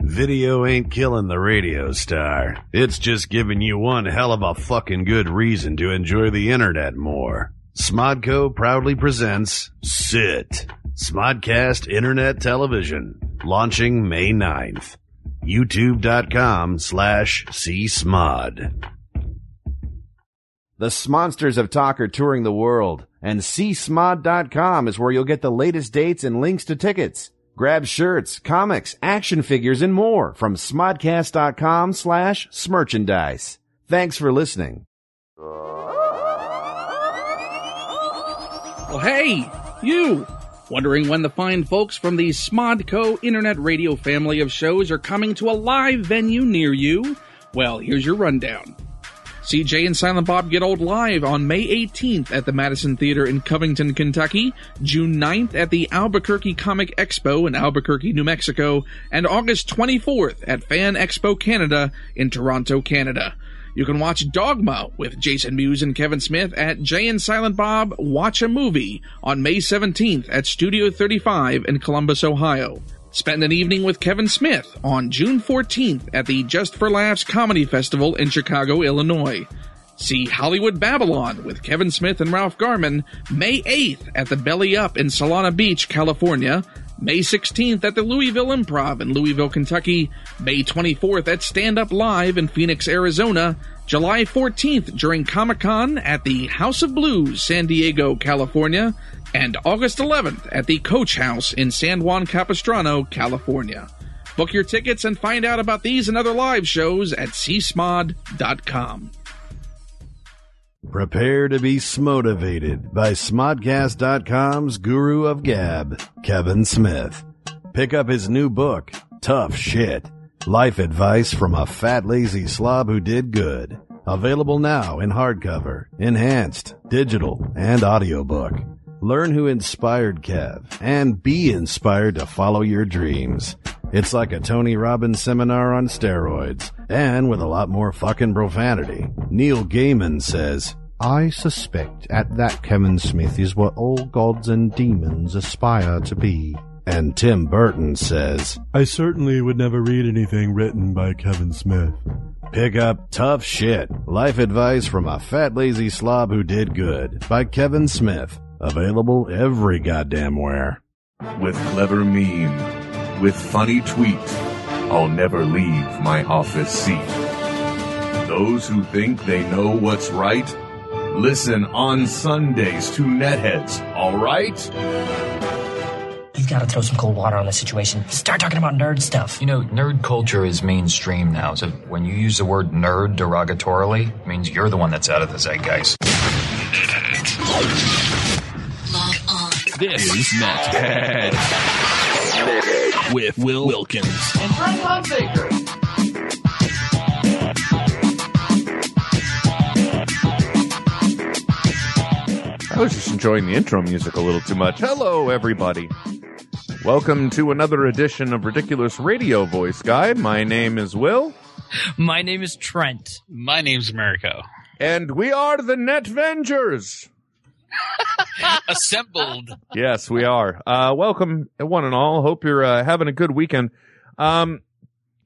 Video ain't killing the radio star. It's just giving you one hell of a fucking good reason to enjoy the internet more. Smodco proudly presents SIT, Smodcast Internet Television, launching May 9th. YouTube.com slash CSmod. The Smonsters of Talk are touring the world, and csmod.com is where you'll get the latest dates and links to tickets. Grab shirts, comics, action figures, and more from smodcast.com slash smerchandise. Thanks for listening. Well, hey, you! Wondering when the fine folks from the Smodco Internet Radio family of shows are coming to a live venue near you? Well, here's your rundown. CJ and Silent Bob Get Old Live on May 18th at the Madison Theater in Covington, Kentucky, June 9th at the Albuquerque Comic Expo in Albuquerque, New Mexico, and August 24th at Fan Expo Canada in Toronto, Canada. You can watch Dogma with Jason Mewes and Kevin Smith at Jay and Silent Bob Watch a Movie on May 17th at Studio 35 in Columbus, Ohio. Spend an evening with Kevin Smith on June 14th at the Just for Laughs Comedy Festival in Chicago, Illinois. See Hollywood Babylon with Kevin Smith and Ralph Garman May 8th at the Belly Up in Solana Beach, California. May 16th at the Louisville Improv in Louisville, Kentucky. May 24th at Stand Up Live in Phoenix, Arizona. July 14th during Comic Con at the House of Blues, San Diego, California. And August 11th at the Coach House in San Juan Capistrano, California. Book your tickets and find out about these and other live shows at csmod.com. Prepare to be smotivated by Smodcast.com's guru of gab, Kevin Smith. Pick up his new book, Tough Shit Life Advice from a Fat Lazy Slob Who Did Good. Available now in hardcover, enhanced, digital, and audiobook. Learn who inspired Kev and be inspired to follow your dreams. It's like a Tony Robbins seminar on steroids and with a lot more fucking profanity. Neil Gaiman says, I suspect at that Kevin Smith is what all gods and demons aspire to be. and Tim Burton says, I certainly would never read anything written by Kevin Smith. Pick up Tough Shit Life Advice from a Fat Lazy Slob Who Did Good by Kevin Smith. Available every goddamn where. with clever meme, with funny tweet. I'll never leave my office seat. Those who think they know what's right, listen on Sundays to Netheads, alright? You've got to throw some cold water on the situation. Start talking about nerd stuff. You know, nerd culture is mainstream now, so when you use the word nerd derogatorily, it means you're the one that's out of the zeitgeist. This is not with Will Wilkins. I was just enjoying the intro music a little too much. Hello, everybody. Welcome to another edition of Ridiculous Radio Voice Guy. My name is Will, My name is Trent. My name's Mirko. and we are the Netvengers. Assembled. yes, we are. Uh, welcome, one and all. Hope you're uh, having a good weekend. Um,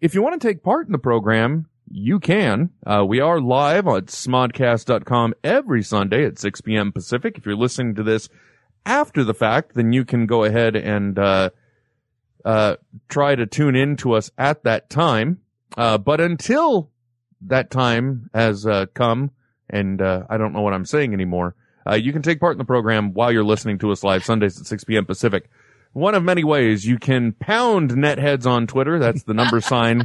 if you want to take part in the program, you can. Uh, we are live on smodcast.com every Sunday at 6 p.m. Pacific. If you're listening to this after the fact, then you can go ahead and uh, uh, try to tune in to us at that time. Uh, but until that time has uh, come, and uh, I don't know what I'm saying anymore. Uh, you can take part in the program while you're listening to us live Sundays at 6 p.m. Pacific. One of many ways you can pound netheads on Twitter. That's the number sign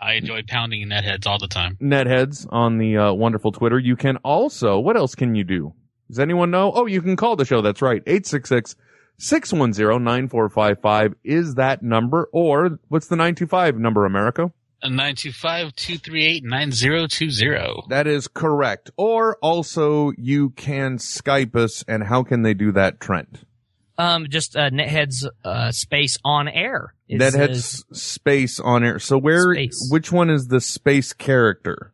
I enjoy pounding netheads all the time. netheads on the uh, wonderful Twitter. You can also, what else can you do? Does anyone know? Oh, you can call the show. That's right. 866 610 9455 is that number. Or what's the 925 number, America? 925 238 9020. That is correct. Or also you can Skype us. And how can they do that, Trent? Um, just uh, Nethead's uh, space on air. is- that had is- s- space on air. So where, Space. which one is the space character?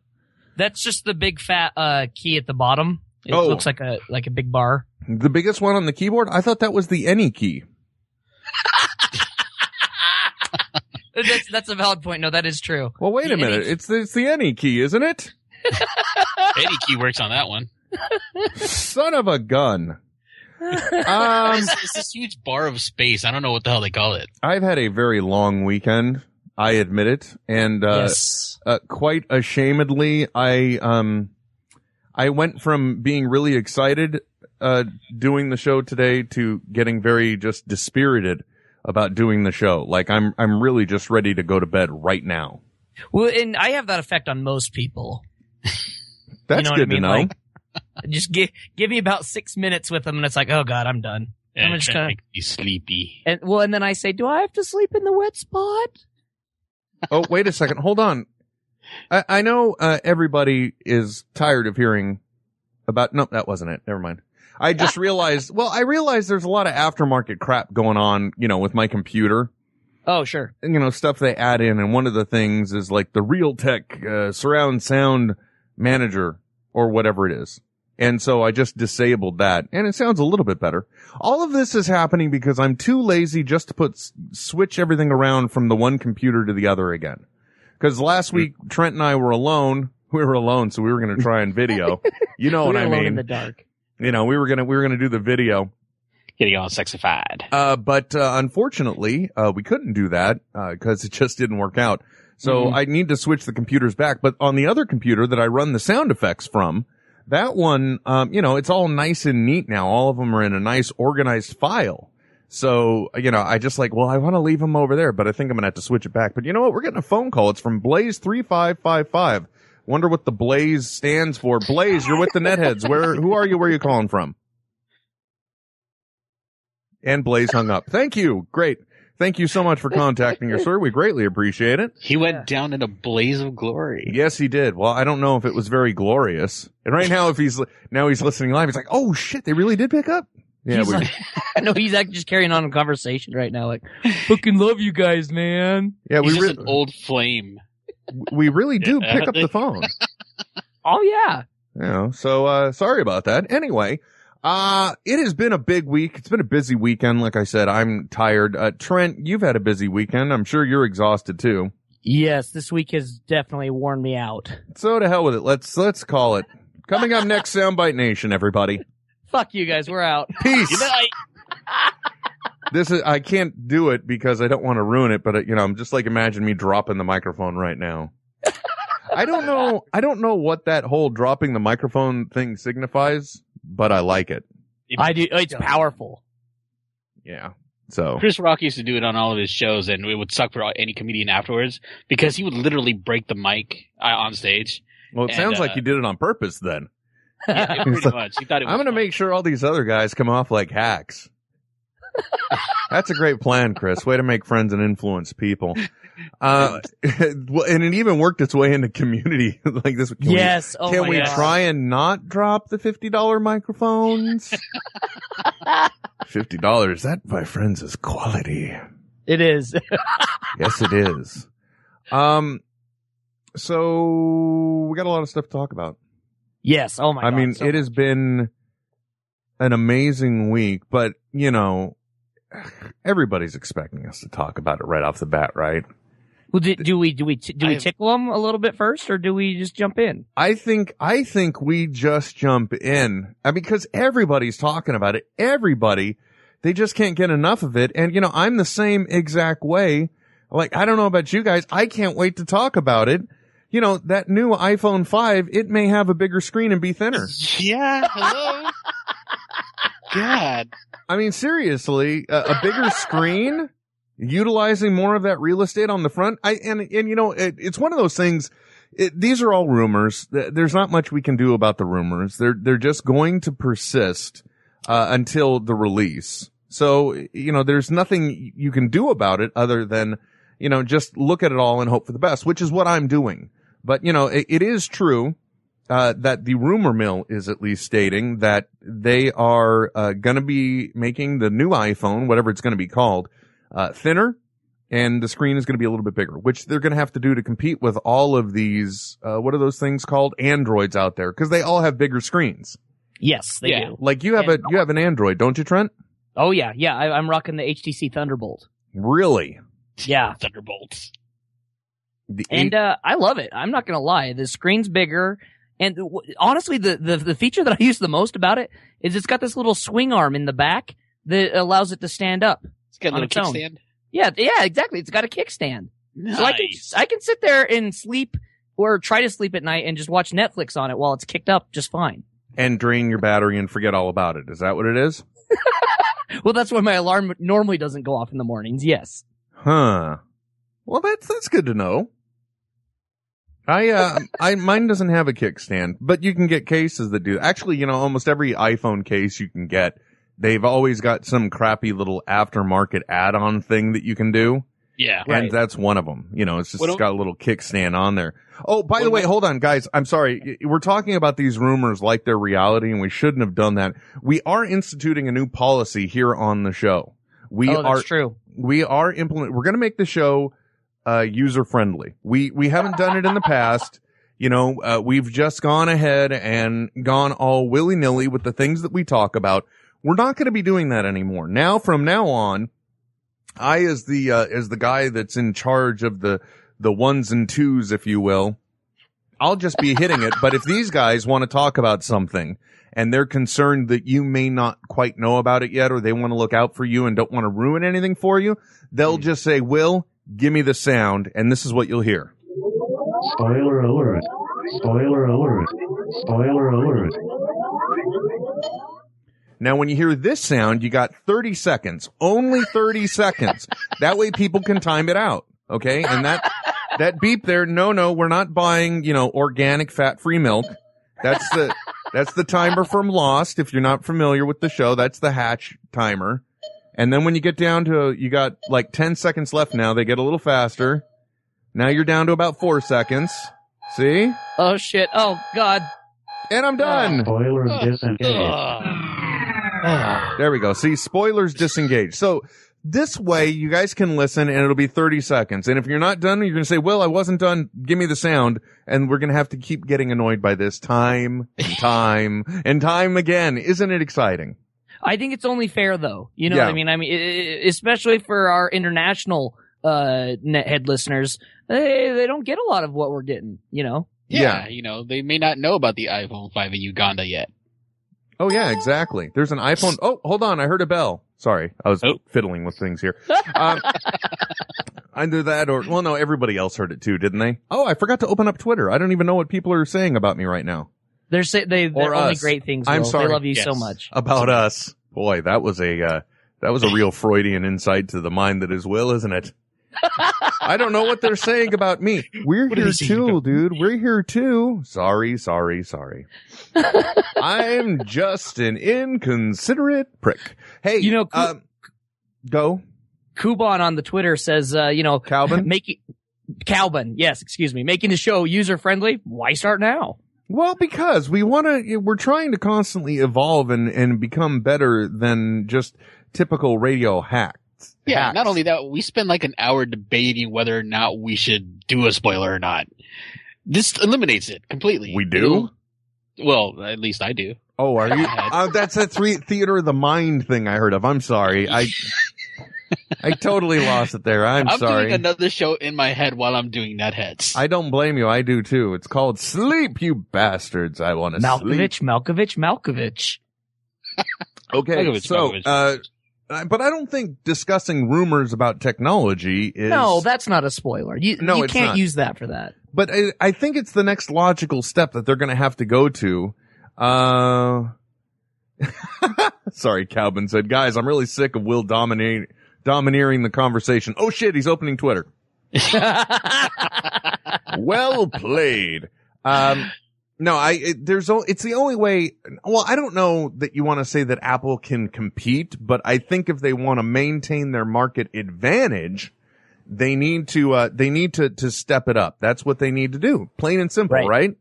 that's just the big fat uh, key at the bottom. It Oh. looks like a like a big bar. The biggest one on the keyboard? I thought that was the any key. That's that's a valid point. No, that is true. Well, wait a The E minute. NH It's the, it's the any key, isn't it? Eddie Key works on that one. Son of a gun. Um, it's, it's this huge bar of space. I don't know what the hell they call it. I've had a very long weekend. I admit it, and uh, Yes. uh, quite ashamedly, I um, I went from being really excited uh, doing the show today to getting very just dispirited about doing the show. Like I'm I'm really just ready to go to bed right now. Well, and I have that effect on most people. That's know what I good mean? to know. Like- Just give give me about six minutes with them, and it's like, oh god, I'm done. And I'm it's just trying to gonna make you sleepy. and well, and then I say, do I have to sleep in the wet spot? oh, wait a second. Hold on. I, I know uh, everybody is tired of hearing about. No, that wasn't it. Never mind. I just realized. Well, I realized there's a lot of aftermarket crap going on. You know, with my computer. Oh, sure. And, You know, stuff they add in, and one of the things is like the Realtek uh, surround sound manager or whatever it is. And so I just disabled that, and it sounds a little bit better. All of this is happening because I'm too lazy just to put s- switch everything around from the one computer to the other again. Because last week Trent and I were alone. We were alone, so we were going to try and video. You know what We're I alone in mean? the dark. you know, we were gonna we were gonna do the video. Getting all sexified. Uh, but uh, unfortunately, uh, we couldn't do that because it just didn't work out. So Mm-hmm. I need to switch the computers back. But on the other computer that I run the sound effects from, that one, um, you know, it's all nice and neat now. All of them are in a nice organized file. So you know, I just like, well, I want to leave them over there, but I think I'm gonna have to switch it back. But you know what? We're getting a phone call. It's from Blaze three five five five. Wonder what the Blaze stands for. Blaze, you're with the Netheads. Where? Who are you? Where are you calling from? And Blaze hung up. Thank you. Great. Thank you so much for contacting her, sir. We greatly appreciate it. He went down in a blaze of glory. Yes, he did. Well, I don't know if it was very glorious. And right now, if he's li- now he's listening live, he's like, "Oh shit, they really did pick up." Yeah, he's we, like, I know he's actually just carrying on a conversation right now. Like, fucking love you guys, man. yeah, He's we just re- an old flame. we really do Yeah. pick up the phone. Oh yeah. You know, so uh, sorry about that. Anyway, uh, it has been a big week. It's been a busy weekend. Like I said, I'm tired. Uh, Trent, you've had a busy weekend. I'm sure you're exhausted too. Yes, this week has definitely worn me out. So to hell with it. Let's let's call it. Coming up next, Soundbite Nation, everybody. Fuck you guys, we're out. Good Peace. night. This is I can't do it because I don't want to ruin it. But uh, you know, I'm just like imagine me dropping the microphone right now. I don't know. I don't know what that whole dropping the microphone thing signifies, but I like it. I do. uh, It's powerful. Yeah. So Chris Rock used to do it on all of his shows, and it would suck for any comedian afterwards because he would literally break the mic uh, on stage. well, it And, sounds uh, like you did it on purpose. Then Yeah, pretty much. He thought it was I'm gonna fun. make sure all these other guys come off like hacks. That's a great plan, Chris. Way to make friends and influence people. Uh, well, and it even worked its way into community like this. Can we- yes. oh Can my we God. try and not drop the fifty dollar microphones? fifty dollars. That, my friends, is quality. It is. Yes, it is. Um, so we got a lot of stuff to talk about. yes. Oh my. I God, mean, so- it has been an amazing week, but you know, everybody's expecting us to talk about it right off the bat, right? Well, do, do we do we t- do we I- tickle them a little bit first, or do we just jump in? I think I think we just jump in. I mean, because everybody's talking about it. Everybody, they just can't get enough of it. And you know, I'm the same exact way. Like, I don't know about you guys. I can't wait to talk about it. You know, that new iPhone 5, it may have a bigger screen and be thinner. Yeah. Hello. God. I mean, seriously, a, a bigger screen, utilizing more of that real estate on the front. I and and you know, it, it's one of those things. It, these are all rumors. Th- There's not much we can do about the rumors. They're they're just going to persist uh, until the release. So you know, there's nothing you can do about it other than you know just look at it all and hope for the best, which is what I'm doing. But you know, it, it is true uh, that the rumor mill is at least stating that they are uh, going to be making the new iPhone, whatever it's going to be called, uh, thinner, and the screen is going to be a little bit bigger, which they're going to have to do to compete with all of these. Uh, what are those things called? Androids out there because they all have bigger screens. Yes, they Yeah. do. Like you have a you have an Android, don't you, Trent? Oh yeah, yeah. I, I'm rocking the HTC Thunderbolt. Really? Yeah. Thunderbolts. The and uh, I love it. I'm not gonna lie. The screen's bigger, and w- honestly, the, the the feature that I use the most about it is it's got this little swing arm in the back that allows it to stand up. It's got a On little its own. kickstand. Yeah, yeah, exactly. It's got a kickstand, Nice. so I can I can sit there and sleep or try to sleep at night and just watch Netflix on it while it's kicked up just fine. and drain your battery and forget all about it. Is that what it is? Well, that's why my alarm normally doesn't go off in the mornings. Yes. Huh. Well, that's that's good to know. I uh, I mine doesn't have a kickstand, but you can get cases that do. Actually, you know, almost every iPhone case you can get, they've always got some crappy little aftermarket add-on thing that you can do, Yeah. and that's one of them. You know, it's just What it's do- got a little kickstand on there. Oh, by the What way, do- hold on, guys. I'm sorry. Y- We're talking about these rumors like they're reality, and we shouldn't have done that. We are instituting a new policy here on the show. We oh, are that's true. we are implement we're going to make the show uh user friendly we we haven't done it in the past you know uh, we've just gone ahead and gone all willy-nilly with the things that we talk about we're not going to be doing that anymore now from now on i as the uh as the guy that's in charge of the the ones and twos if you will i'll just be hitting it but if these guys want to talk about something and they're concerned that you may not quite know about it yet or they want to look out for you and don't want to ruin anything for you, they'll just say, Will, give me the sound and this is what you'll hear. Spoiler alert. Spoiler alert. Spoiler alert. Now, when you hear this sound, you got 30 seconds, only 30 seconds. That way people can time it out. Okay. And that, that beep there. No, no, we're not buying, you know, organic fat free milk. That's the, that's the timer from Lost. If you're not familiar with the show, that's the hatch timer. And then when you get down to, you got like 10 seconds left now. They get a little faster. Now you're down to about four seconds. See? Oh shit. Oh god. And I'm done. Uh, Spoilers disengaged. Ah. There we go. See, spoilers disengaged. So this way you guys can listen and it'll be 30 seconds. And if you're not done, you're going to say, well, I wasn't done. Give me the sound. And we're going to have to keep getting annoyed by this time, and time and time again. Isn't it exciting? I think it's only fair though. You know Yeah. what I mean? I mean, e- e- especially for our international uh nethead listeners, they they don't get a lot of what we're getting. You know? yeah. Yeah. You know, they may not know about the iPhone 5 in Uganda yet. Oh yeah, exactly. There's an iPhone. Oh, hold on. I heard a bell. Sorry. I was Oh. fiddling with things here. Um, either that or, well, no, everybody else heard it too, didn't they? Oh, I forgot to open up Twitter. I don't even know what people are saying about me right now. They're say, they they're Or only us. great things. I'm Will. sorry. They love you Yes. so much. about uh, us. Boy, that was a uh, that was a real Freudian insight to the mind that is Will, isn't it? I don't know what they're saying about me. We're What are here they saying too, about dude. We're here too. Sorry, sorry, sorry. I'm just an inconsiderate prick. Hey, You know, um, go Kuban on the Twitter says, uh, you know, Calvin. making Calvin, yes, excuse me, making the show user friendly. Why start now? Well, because we want to, we're trying to constantly evolve and and become better than just typical radio hacks. Yeah. hacks. Not only that, we spend like an hour debating whether or not we should do a spoiler or not. This eliminates it completely. We do? Well, at least I do. Oh, are you? Yeah. Uh, that's that three theater of the mind thing I heard of. I'm sorry. I I totally lost it there. I'm, sorry. doing another show in my head while I'm doing Netheads. I don't blame you. I do too. It's called sleep, you bastards. I want to sleep. Malkovich, Malkovich, Malkovich. Okay, Malkovich, so Malkovich. uh, I- but I don't think discussing rumors about technology is No, that's not a spoiler. You, No, you it's can't not. use that for that. but I, I think it's the next logical step that they're going to have to go to. Uh, sorry, Calvin said, guys, I'm really sick of Will dominating domineering the conversation. Oh shit, he's opening Twitter. well played. Um, no, I, it, there's, o- it's the only way. Well, I don't know that you want to say that Apple can compete, but I think if they want to maintain their market advantage, they need to, uh, they need to, to step it up. That's what they need to do. Plain and simple, Right. right?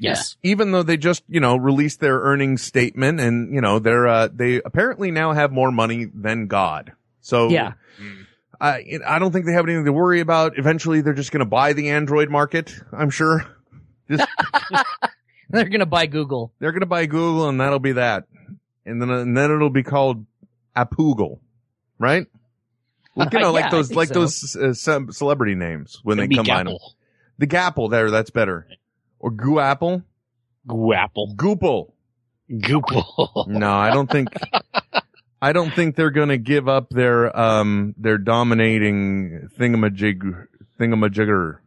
yes. Even though they just, you know, released their earnings statement and, you know, they're, uh, they apparently now have more money than God. So Yeah. I I don't think they have anything to worry about. Eventually, they're just going to buy the Android market. I'm sure They're going to buy Google. they're going to buy Google, and that'll be that. And then and then it'll be called Apoogle, right? Like, you know, like Yeah, I those, think like so. those uh, ce- celebrity names when It'd they be combine them. Gapple. The Gapple there, that's better. Or Goo Apple. Gwapple. Goople. Goople. No, I don't think. I don't think they're going to give up their um their dominating thingamajig thingamajigger.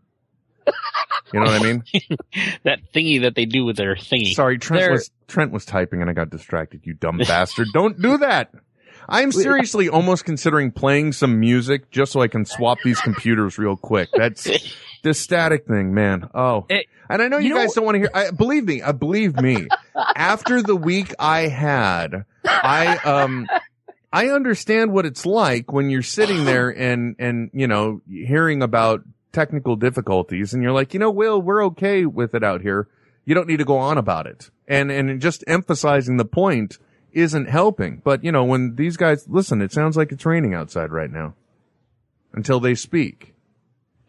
You know what I mean? that thingy that they do with their thingy. Sorry, Trent They're- was Trent was typing and I got distracted. You dumb bastard! Don't do that. I'm seriously almost considering playing some music just so I can swap these computers real quick. That's this static thing, man. Oh, It- and I know you, you know- guys don't want to hear. I, believe me, uh, believe me. after the week I had, I um. I understand what it's like when you're sitting there and, and, you know, hearing about technical difficulties and you're like, you know, Will, we're okay with it out here. You don't need to go on about it. And, and just emphasizing the point isn't helping. But, you know, when these guys listen, it sounds like it's raining outside right now until they speak.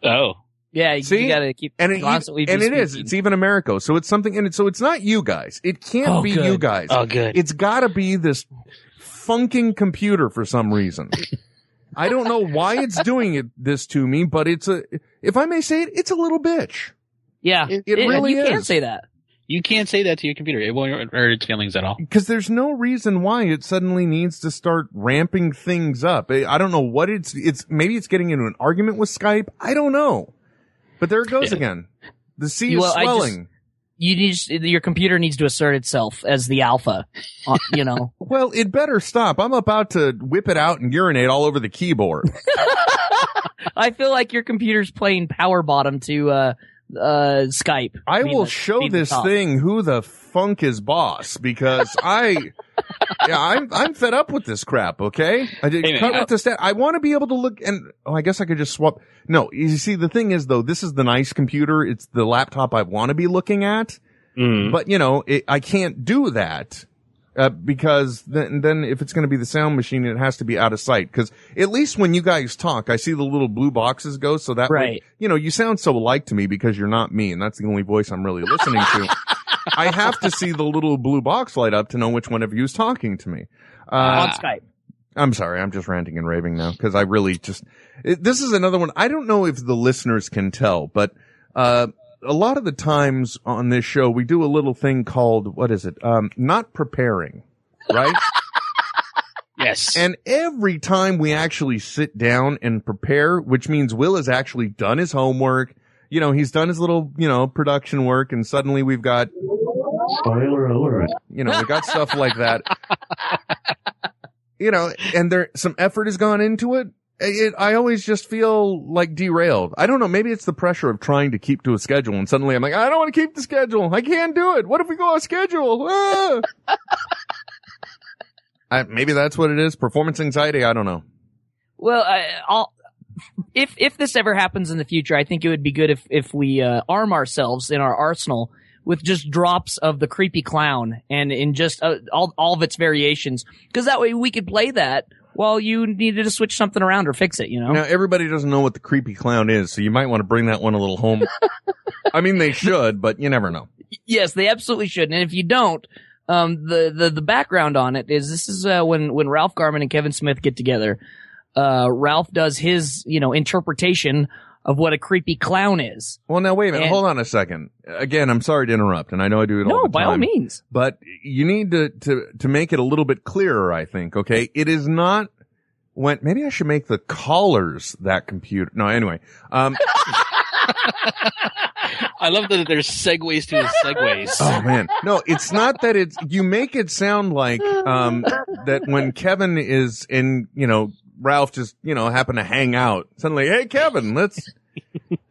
Oh. Yeah, you, See? you gotta keep And it, e- constantly. and be it is. speaking. It's even America. So it's something, and it, so it's not you guys. It can't Oh, be good. you guys. Oh, good. It's got to be this funking computer for some reason. I don't know why it's doing it this to me, but it's a, if I may say it, it's a little bitch. yeah, it- it really you can is. say that. You can't say that to your computer. It won't hurt its feelings at all. Cause there's no reason why it suddenly needs to start ramping things up. I I don't know what it's, it's, maybe it's getting into an argument with Skype. I don't know. But there it goes Yeah. again. The sea is Well, I just- swelling. You need your computer needs to assert itself as the alpha. uh, you know, Well, it better stop. I'm about to whip it out and urinate all over the keyboard. I feel like your computer's playing power bottom to uh uh Skype. I Being will the- show being the this top. thing who the funk is boss because I, yeah, I'm I'm fed up with this crap. Okay, I did Hey, man, uh, cut I- with the stat. I want to be able to look and oh, I guess I could just swap. No, you see, the thing is though, this is the nice computer. It's the laptop I want to be looking at, Mm. but you know, it, I can't do that. Uh, because then, then if it's going to be the sound machine, it has to be out of sight. Cause at least when you guys talk, I see the little blue boxes go. So that way- Right. you know, you sound so alike to me because you're not me. And that's the only voice I'm really listening to. I have to see the little blue box light up to know which one of you is talking to me. Uh, on Skype. I'm sorry. I'm just ranting and raving now because I really just, it, this is another one. I don't know if the listeners can tell, but, uh, a lot of the times on this show, we do a little thing called, what is it? Um, not preparing, right? Yes. And every time we actually sit down and prepare, which means Will has actually done his homework, you know, he's done his little, you know, production work and suddenly we've got, Spoiler alert. you know, we got stuff like that. You know, and there, some effort has gone into it. It, I always just feel like derailed. I don't know. Maybe it's the pressure of trying to keep to a schedule and suddenly I'm like, I don't want to keep the schedule. I can't do it. What if we go off schedule? Ah! I, maybe that's what it is. Performance anxiety. I don't know. Well, I, I'll, if if this ever happens in the future, I think it would be good if if we uh, arm ourselves in our arsenal with just drops of the creepy clown and in just uh, all all of its variations, because that way we could play that while you needed to switch something around or fix it. You know, Now everybody doesn't know what the creepy clown is, so you might want to bring that one a little home. I mean, they should, but you never know. yes, they absolutely should. And if you don't. Um, the, the, the background on it is this is, uh, when, when Ralph Garman and Kevin Smith get together, uh, Ralph does his, you know, interpretation of what a creepy clown is. Well, now wait a minute. And- Hold on a second. Again, I'm sorry to interrupt, and I know I do it all No, the time. by all means. but you need to to to make it a little bit clearer. I think. Okay, it is not. When maybe I should make the callers that computer. No, anyway. Um. I love that there's segues to his segues. Oh man, no, it's not that it's. You make it sound like um that when Kevin is in, you know, Ralph just you know happen to hang out. Suddenly, hey Kevin, let's.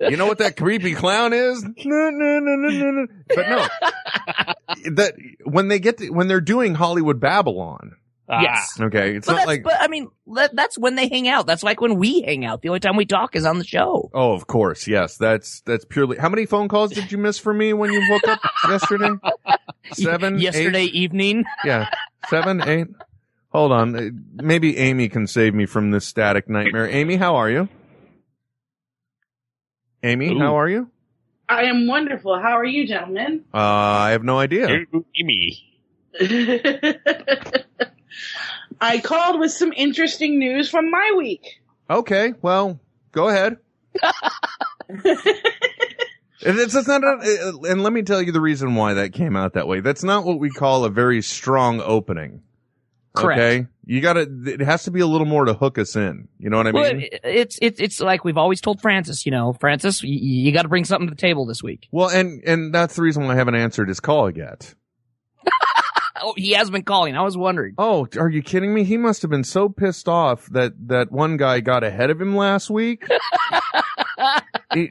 You know what that creepy clown is? No, no, no, no, no, no. But no, that when they get to, when they're doing Hollywood Babylon, Ah. Yes. okay, it's But not that's, like but I mean, that, that's when they hang out. That's like when we hang out. The only time we talk is on the show. oh, of course, yes, that's that's purely. How many phone calls did you miss for me when you woke up yesterday? Seven, eight? Yesterday evening. yeah. Seven, eight. Hold on. Uh, Maybe Amy can save me from this static nightmare. Amy, how are you? Amy, Ooh. how are you? I am wonderful. How are you, gentlemen? Uh, I have no idea. Ooh, gimme. I called with some interesting news from my week. Okay, well, go ahead. And It's, it's not, a, and let me tell you the reason why that came out that way. That's not what we call a very strong opening. Correct. Okay, you got to. It has to be a little more to hook us in. You know what I mean? Well, it- it's it's it's like we've always told Francis, you know, Francis, you, you got to bring something to the table this week. well, and and that's the reason why I haven't answered his call yet. Oh, he has been calling. I was wondering. Oh, are you kidding me? He must have been so pissed off that that one guy got ahead of him last week.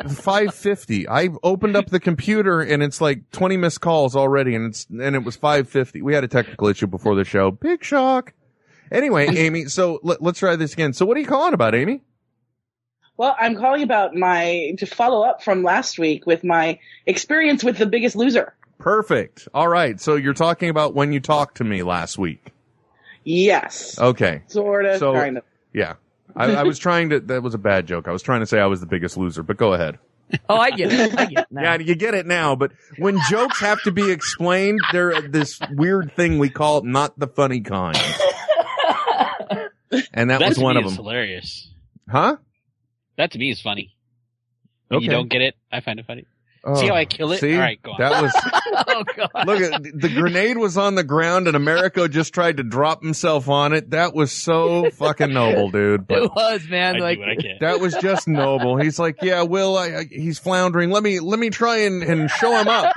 Five fifty. I opened up the computer and it's like twenty missed calls already, and it's and it was five fifty. We had a technical issue before the show. Big shock. Anyway, Amy. So let, let's try this again. So what are you calling about, Amy? Well, I'm calling about my to follow up from last week with my experience with The Biggest Loser. Perfect. All right. So you're talking about when you talked to me last week. Yes, Okay. sort of, So kind of. yeah, I, I was trying to. That was a bad joke. I was trying to say I was the biggest loser, but go ahead. Oh, I get it. I get it now. Yeah, you get it now, but when jokes have to be explained, they're this weird thing we call not the funny kind. And that, That was to one me of is them. Hilarious. Huh? That to me is funny. When You Okay. Oh, don't get it. I find it funny. See how I kill it? See? All right, go on. That was oh god. Look at the grenade was on the ground and Americo just tried to drop himself on it. That was so fucking noble, dude. But It was man. I like do what I can. that was just noble. He's like, "Yeah, Will, I, I, he's floundering. Let me let me try and, and show him up."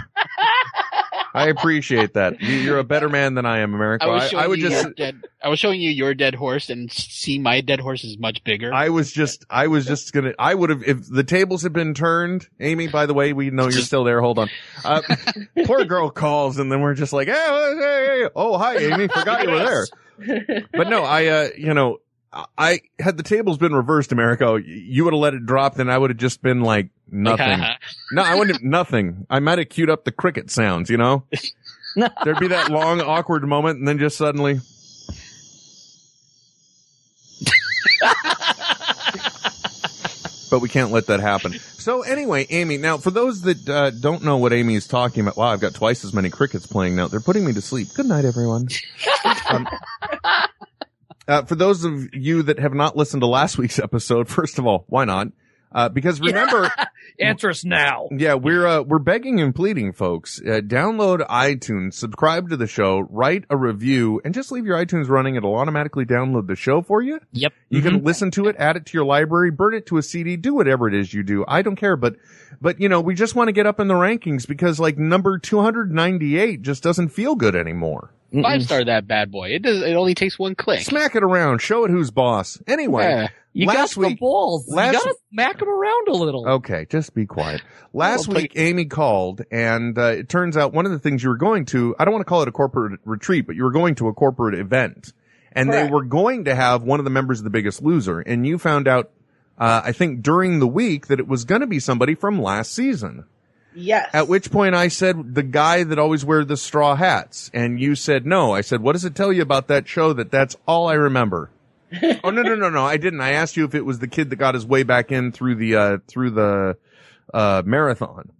I appreciate that. You, you're a better man than I am, America. I was I, showing I would you just your dead, I was showing you your dead horse, and see my dead horse is much bigger. I was just I was just gonna I would have if the tables had been turned. Amy, by the way, we know you're still there. Hold on. Uh, poor girl calls and then we're just like, hey, hey, hey, hey. oh hi, Amy, forgot you were there. But no, I uh you know I- I had the tables been reversed, Americo. y- You would have let it drop, then I would have just been like Like, nothing. no, I wouldn't. Have, nothing. I might have queued up the cricket sounds. You know, there'd be that long awkward moment, and then just suddenly, but we can't let that happen. So anyway, Amy. Now, for those that uh, don't know what Amy is talking about, wow, I've got twice as many crickets playing now. They're putting me to sleep. Good night, everyone. Um, uh, for those of you that have not listened to last week's episode, first of all, why not? Uh, because remember, answer us now. yeah, we're uh, we're begging and pleading, folks. Uh, download iTunes, subscribe to the show, write a review, and just leave your iTunes running. It'll automatically download the show for you. Yep. Mm-hmm. You can listen to it, add it to your library, burn it to a CD, do whatever it is you do. I don't care, but but you know, we just want to get up in the rankings because like number two hundred ninety eight just doesn't feel good anymore. Five star that bad boy. It does. It only takes one click. Smack it around, show it who's boss. Anyway. Yeah. You last got the week, balls. last- Oh, you got to smack him around a little. Okay, just be quiet. Last Well, but- week, Amy called, and uh, it turns out one of the things you were going to—I don't want to call it a corporate retreat, but you were going to a corporate event, and they Correct. were going to have one of the members of The Biggest Loser, and you found out, uh, I think, during the week that it was going to be somebody from last season. Yes. At which point, I said, "The guy that always wear the straw hats," and you said, "No." I said, "What does it tell you about that show that that's all I remember?" oh no no no no I didn't. I asked you if it was the kid that got his way back in through the uh through the uh marathon.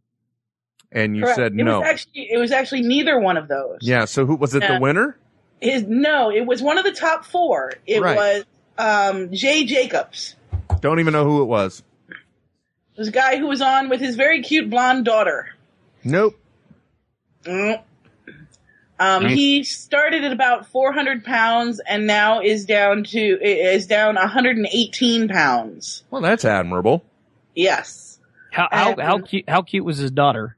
And you Correct. said it no. Was actually, it was actually neither one of those. yeah, so who was it Yeah. the winner? His, no, it was one of the top four. It Right. was um, Jay Jacobs. Don't even know who it was. It was a guy who was on with his very cute blonde daughter. Nope. Mm. Um, he started at about 400 pounds and now is down to is down 118 pounds. Well, that's admirable. Yes, How how how cute how cute was his daughter?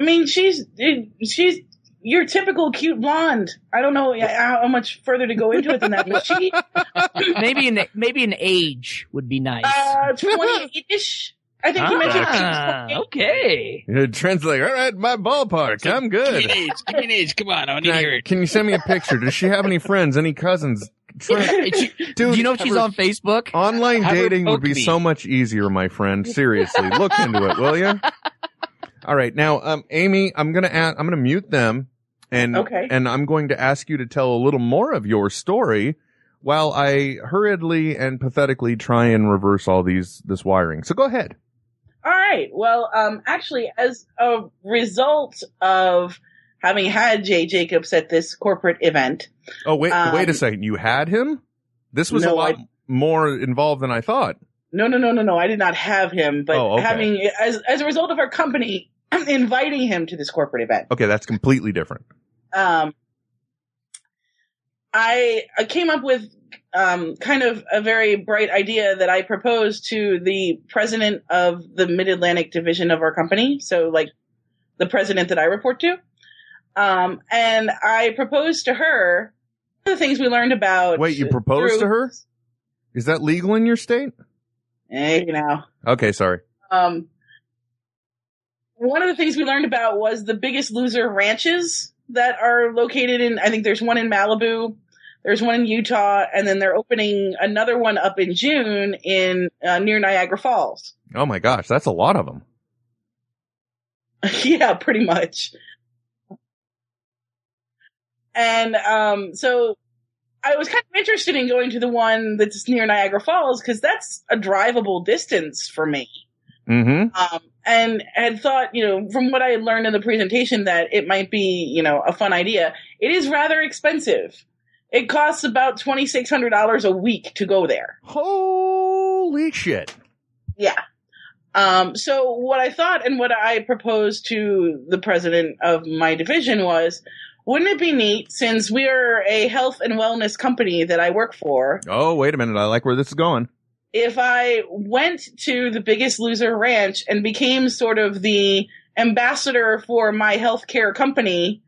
I mean she's she's your typical cute blonde. I don't know how how much further to go into it than that, but she Maybe an maybe an age would be nice. uh 28 ish. I think you mentioned she Ah, was 28. okay. It Trent's like, all right, my ballpark. I'm good. Give me an age. Give me an age. Come on. I need to Now, hear it. can you send me a picture? Does she have any friends? Any cousins? Trent, She- dude, do you know if have she's her- on Facebook? Online Have her dating would poke be me. so much easier, my friend. Seriously, look into it, will you? All right, now, um, Amy, I'm gonna ask, I'm gonna mute them, and Okay. and I'm going to ask you to tell a little more of your story while I hurriedly and pathetically try and reverse all these this wiring. So go ahead. All right. Well, um, actually, as a result of having had Jay Jacobs at this corporate event, Oh wait, Um, wait a second. You had him. This was a no, lot. more involved than I thought. No, no, no, no, no. I did not have him, but Oh, okay. having as as a result of our company inviting him to this corporate event, Okay, that's completely different. um, I I came up with um, kind of a very bright idea that I proposed to the president of the Mid Atlantic division of our company. So, like the president that I report to, um, and I proposed to her. One of the things we learned about Wait, you proposed through- to her? Is that legal in your state? Eh, you know. Okay, sorry. Um, one of the things we learned about was the biggest loser ranches that are located in, I think there's one in Malibu, there's one in Utah, and then they're opening another one up in June in uh, near Niagara Falls. Oh my gosh, that's a lot of them. yeah, pretty much. And um, so I was kind of interested in going to the one that's near Niagara Falls because that's a drivable distance for me. Mm-hmm. um, and had thought, you know, from what I had learned in the presentation, that it might be, you know, a fun idea. It is rather expensive. It costs about twenty six hundred dollars a week to go there. Holy shit! Yeah. Um, so what I thought and what I proposed to the president of my division was, wouldn't it be neat since we are a health and wellness company that I work for? Oh, wait a minute. I like where this is going. if I went to the Biggest Loser Ranch and became sort of the ambassador for my healthcare company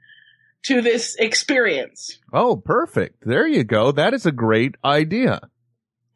to this experience. Oh, perfect. There you go. That is a great idea.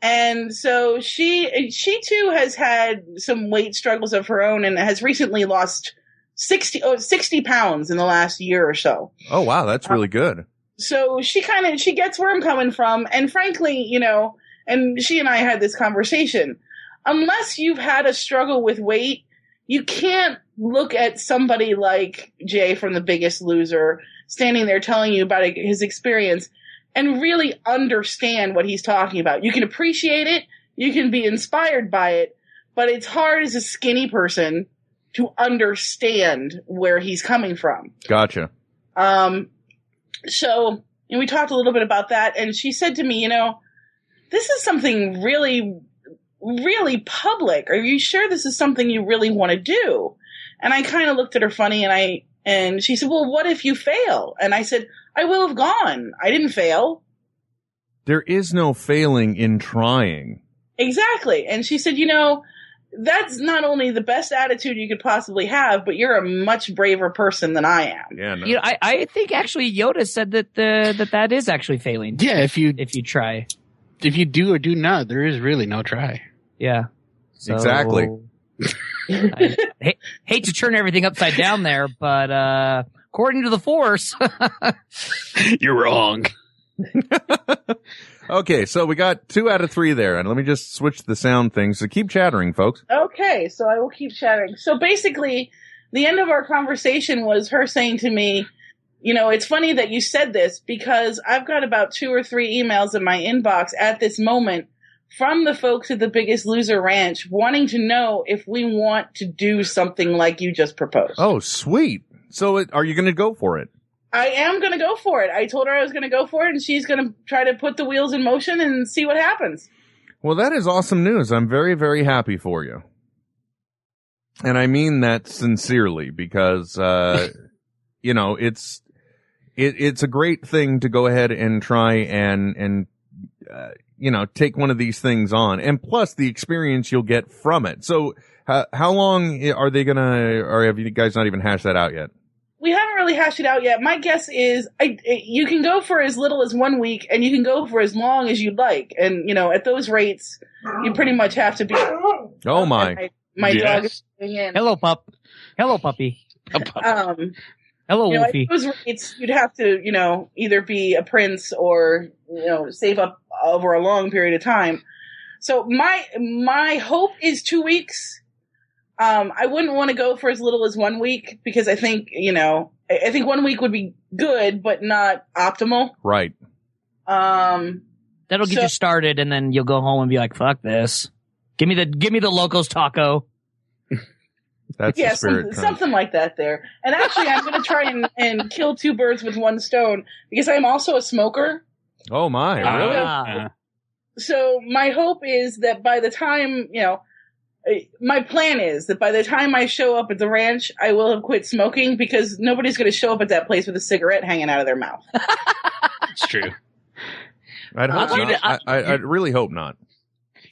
And so she she too has had some weight struggles of her own and has recently lost 60, oh, 60 pounds in the last year or so. Oh, wow. That's Uh, really good. so she kind of she gets where I'm coming from, and frankly, you know, and she and I had this conversation. Unless you've had a struggle with weight, you can't look at somebody like Jay from The Biggest Loser standing there telling you about his experience and really understand what he's talking about. You can appreciate it, you can be inspired by it, but it's hard as a skinny person to understand where he's coming from. Gotcha. Um, so, and we talked a little bit about that, and she said to me, you know, this is something really, really public. Are you sure this is something you really want to do? And I kind of looked at her funny, and I, and she said, well, what if you fail? And I said, I will have gone. I didn't fail. There is no failing in trying. Exactly. And she said, you know, that's not only the best attitude you could possibly have, but you're a much braver person than I am. Yeah. You know, I, I think actually Yoda said that the that that is actually failing. Yeah, if you if you try, if you do or do not, there is really no try. Yeah. So- Exactly. I hate, hate to turn everything upside down there, but uh, according to the Force, You're wrong. Okay, so we got two out of three there, and let me just switch the sound thing. So keep chattering, folks. Okay, so I will keep chatting. So basically, the end of our conversation was her saying to me, you know, it's funny that you said this because I've got about two or three emails in my inbox at this moment from the folks at the Biggest Loser Ranch wanting to know if we want to do something like you just proposed. Oh, sweet. So it, are you going to go for it? I am going to go for it. I told her I was going to go for it, and she's going to try to put the wheels in motion and see what happens. Well, that is awesome news. I'm very, very happy for you. And I mean that sincerely because, uh, you know, it's, it, it's a great thing to go ahead and try and, and, uh, you know, take one of these things on. And plus the experience you'll get from it. So how, how long are they going to, or have you guys not even hashed that out yet? we haven't really hashed it out yet. My guess is I, you can go for as little as one week, and you can go for as long as you like. And you know, at those rates, you pretty much have to be. Oh my. My, my dog Yes. is coming in. hello pup, hello puppy, Um, hello you know, at Wolfie. those rates, you'd have to, you know, either be a prince or you know save up over a long period of time. So my my hope is two weeks. Um, I wouldn't want to go for as little as one week because I think you know I, I think one week would be good but not optimal. Right. Um, That'll get so- you started, and then you'll go home and be like, "Fuck this! Give me the give me the locos taco." That's yeah, the spirit. something, Trent. something like that there. And actually, I'm going to try and, and kill two birds with one stone because I'm also a smoker. Oh my. Really? Uh, so my hope is that by the time, you know, eh, my plan is that by the time I show up at the ranch, I will have quit smoking because nobody's going to show up at that place with a cigarette hanging out of their mouth. It's true. I'd, hope Uh, not. I, I- I, I'd really hope not.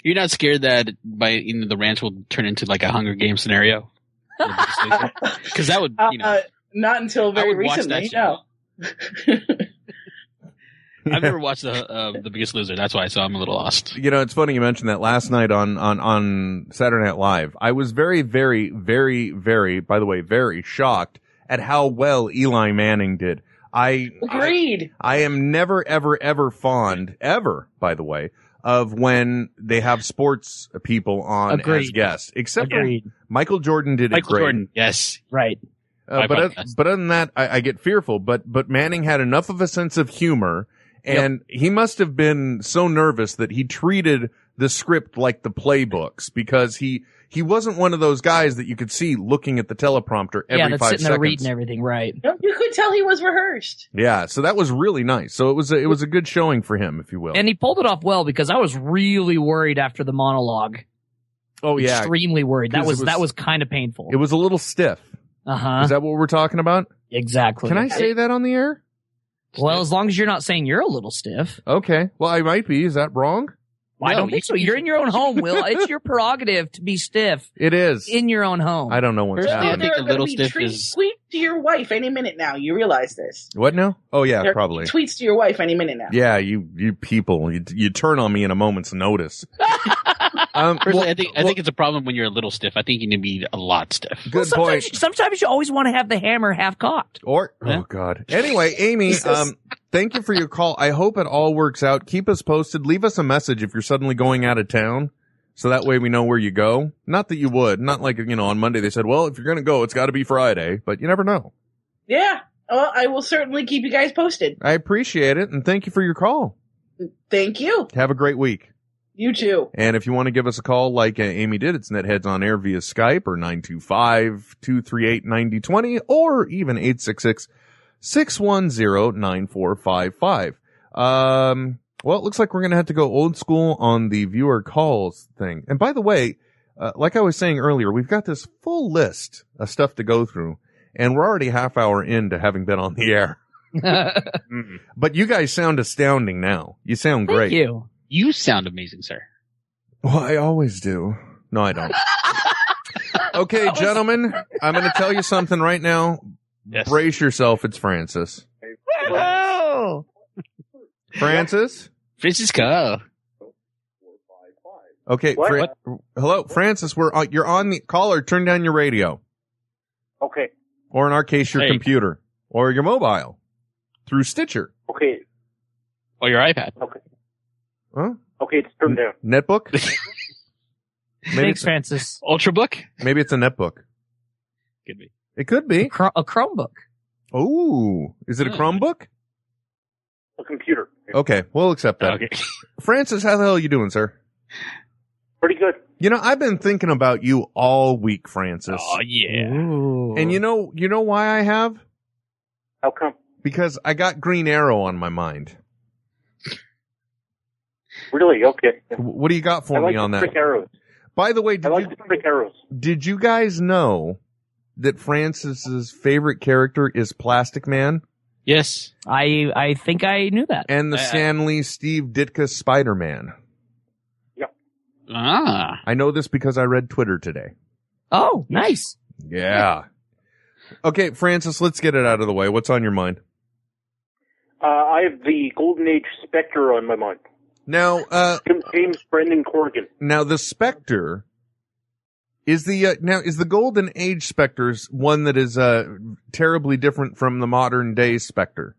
You're not scared that by you know, the ranch will turn into like a Hunger Game scenario? Because that would you know Uh, not until very would watch recently. that No. I've never watched the uh, the Biggest Loser. That's why, so I'm a little lost. You know, it's funny you mentioned that last night on, on, on Saturday Night Live. I was very, very, very, very, by the way, very shocked at how well Eli Manning did. I, Agreed. I am never, ever, ever fond, ever, by the way, of when they have sports people on as Agreed. guests, except for Agreed. Michael Jordan did it Michael great. Jordan, yes, right. Uh, My but oth- podcast. but other than that, I, I get fearful. But but Manning had enough of a sense of humor, and he must have been so nervous that he treated the script like the playbooks because he he wasn't one of those guys that you could see looking at the teleprompter every yeah, that's five sitting there seconds. reading everything, right? No, You could tell he was rehearsed. Yeah, so that was really nice. So it was a, it was a good showing for him, if you will. And he pulled it off well because I was really worried after the monologue. oh yeah, extremely worried. That 'Cause it was, was- that was kind of painful. it was a little stiff. Uh huh. Is that what we're talking about? Exactly. Can I say that on the air? Well, as long as you're not saying you're a little stiff. Okay. Well, I might be. Is that wrong? I No. don't think so. You're in your own home, Will. It's your prerogative to be stiff It is. in your own home. I don't know what's Well, I happening. think there are a gonna little be stiff tre- is- tweet to your wife any minute now. You realize this. What now? Oh yeah, There- probably. Tweets to your wife any minute now. Yeah, you you people, you, you turn on me in a moment's notice. um, Personally, well, I think I well, think it's a problem when you're a little stiff. I think you need to be a lot stiff. Well, good sometimes, point. you, sometimes you always want to have the hammer half cocked. Or Yeah. oh god. Anyway, Amy, um, thank you for your call. I hope it all works out. Keep us posted. Leave us a message if you're suddenly going out of town, so that way we know where you go. Not that you would. Not like you know on Monday they said, well, if you're gonna go, it's got to be Friday. But you never know. Yeah. Well, I will certainly keep you guys posted. I appreciate it and thank you for your call. Thank you. Have a great week. You too. And if you want to give us a call like uh, Amy did, it's Netheads on Air via Skype or 925-238-9020 or even 866-610-9455. Um, well, it looks like we're going to have to go old school on the viewer calls thing. And by the way, uh, like I was saying earlier, we've got this full list of stuff to go through and we're already half hour into having been on the air. Thank But you guys sound astounding now. You sound great. you. You sound amazing, sir. Well, I always do. No, I don't. okay, gentlemen, I'm going to tell you something right now. Yes. Brace yourself. It's Francis. Oh, Francis? Francisco. Okay. What? Fran- Hello, Francis. We're on, you're on the caller. Turn down your radio, Okay. or in our case, your Hey. computer or your mobile through Stitcher. Okay. Or Oh, your iPad. Okay. Huh? Okay. It's turned down. Netbook? maybe, Thanks, it's, Francis. Ultrabook? maybe it's a netbook. Could be. It could be. Chr- a Chromebook. Oh, is it a Hmm. Chromebook? A computer. Okay, we'll accept that. Okay. Francis, how the hell are you doing, sir? Pretty good. You know, I've been thinking about you all week, Francis. Oh yeah. Ooh. and you know, you know why I have? How come? Because I got Green Arrow on my mind. Really? Okay. Wh- What do you got for I like me on the that? prick arrows. By the way, I did, like you, the prick arrows. did you guys know that Francis's favorite character is Plastic Man Yes. Uh, I I think I knew that. and the I- I- Stan Lee Steve Ditka Spider Man? Ah. I know this because I read Twitter today. Oh, nice. Yeah. okay, Francis, let's get it out of the way. What's on your mind? Uh, I have the Golden Age Spectre on my mind. Now, uh, Jim- James Brendan Corgan. Now the Spectre is the uh, now is the Golden Age Spectre's one that is uh terribly different from the modern day Spectre.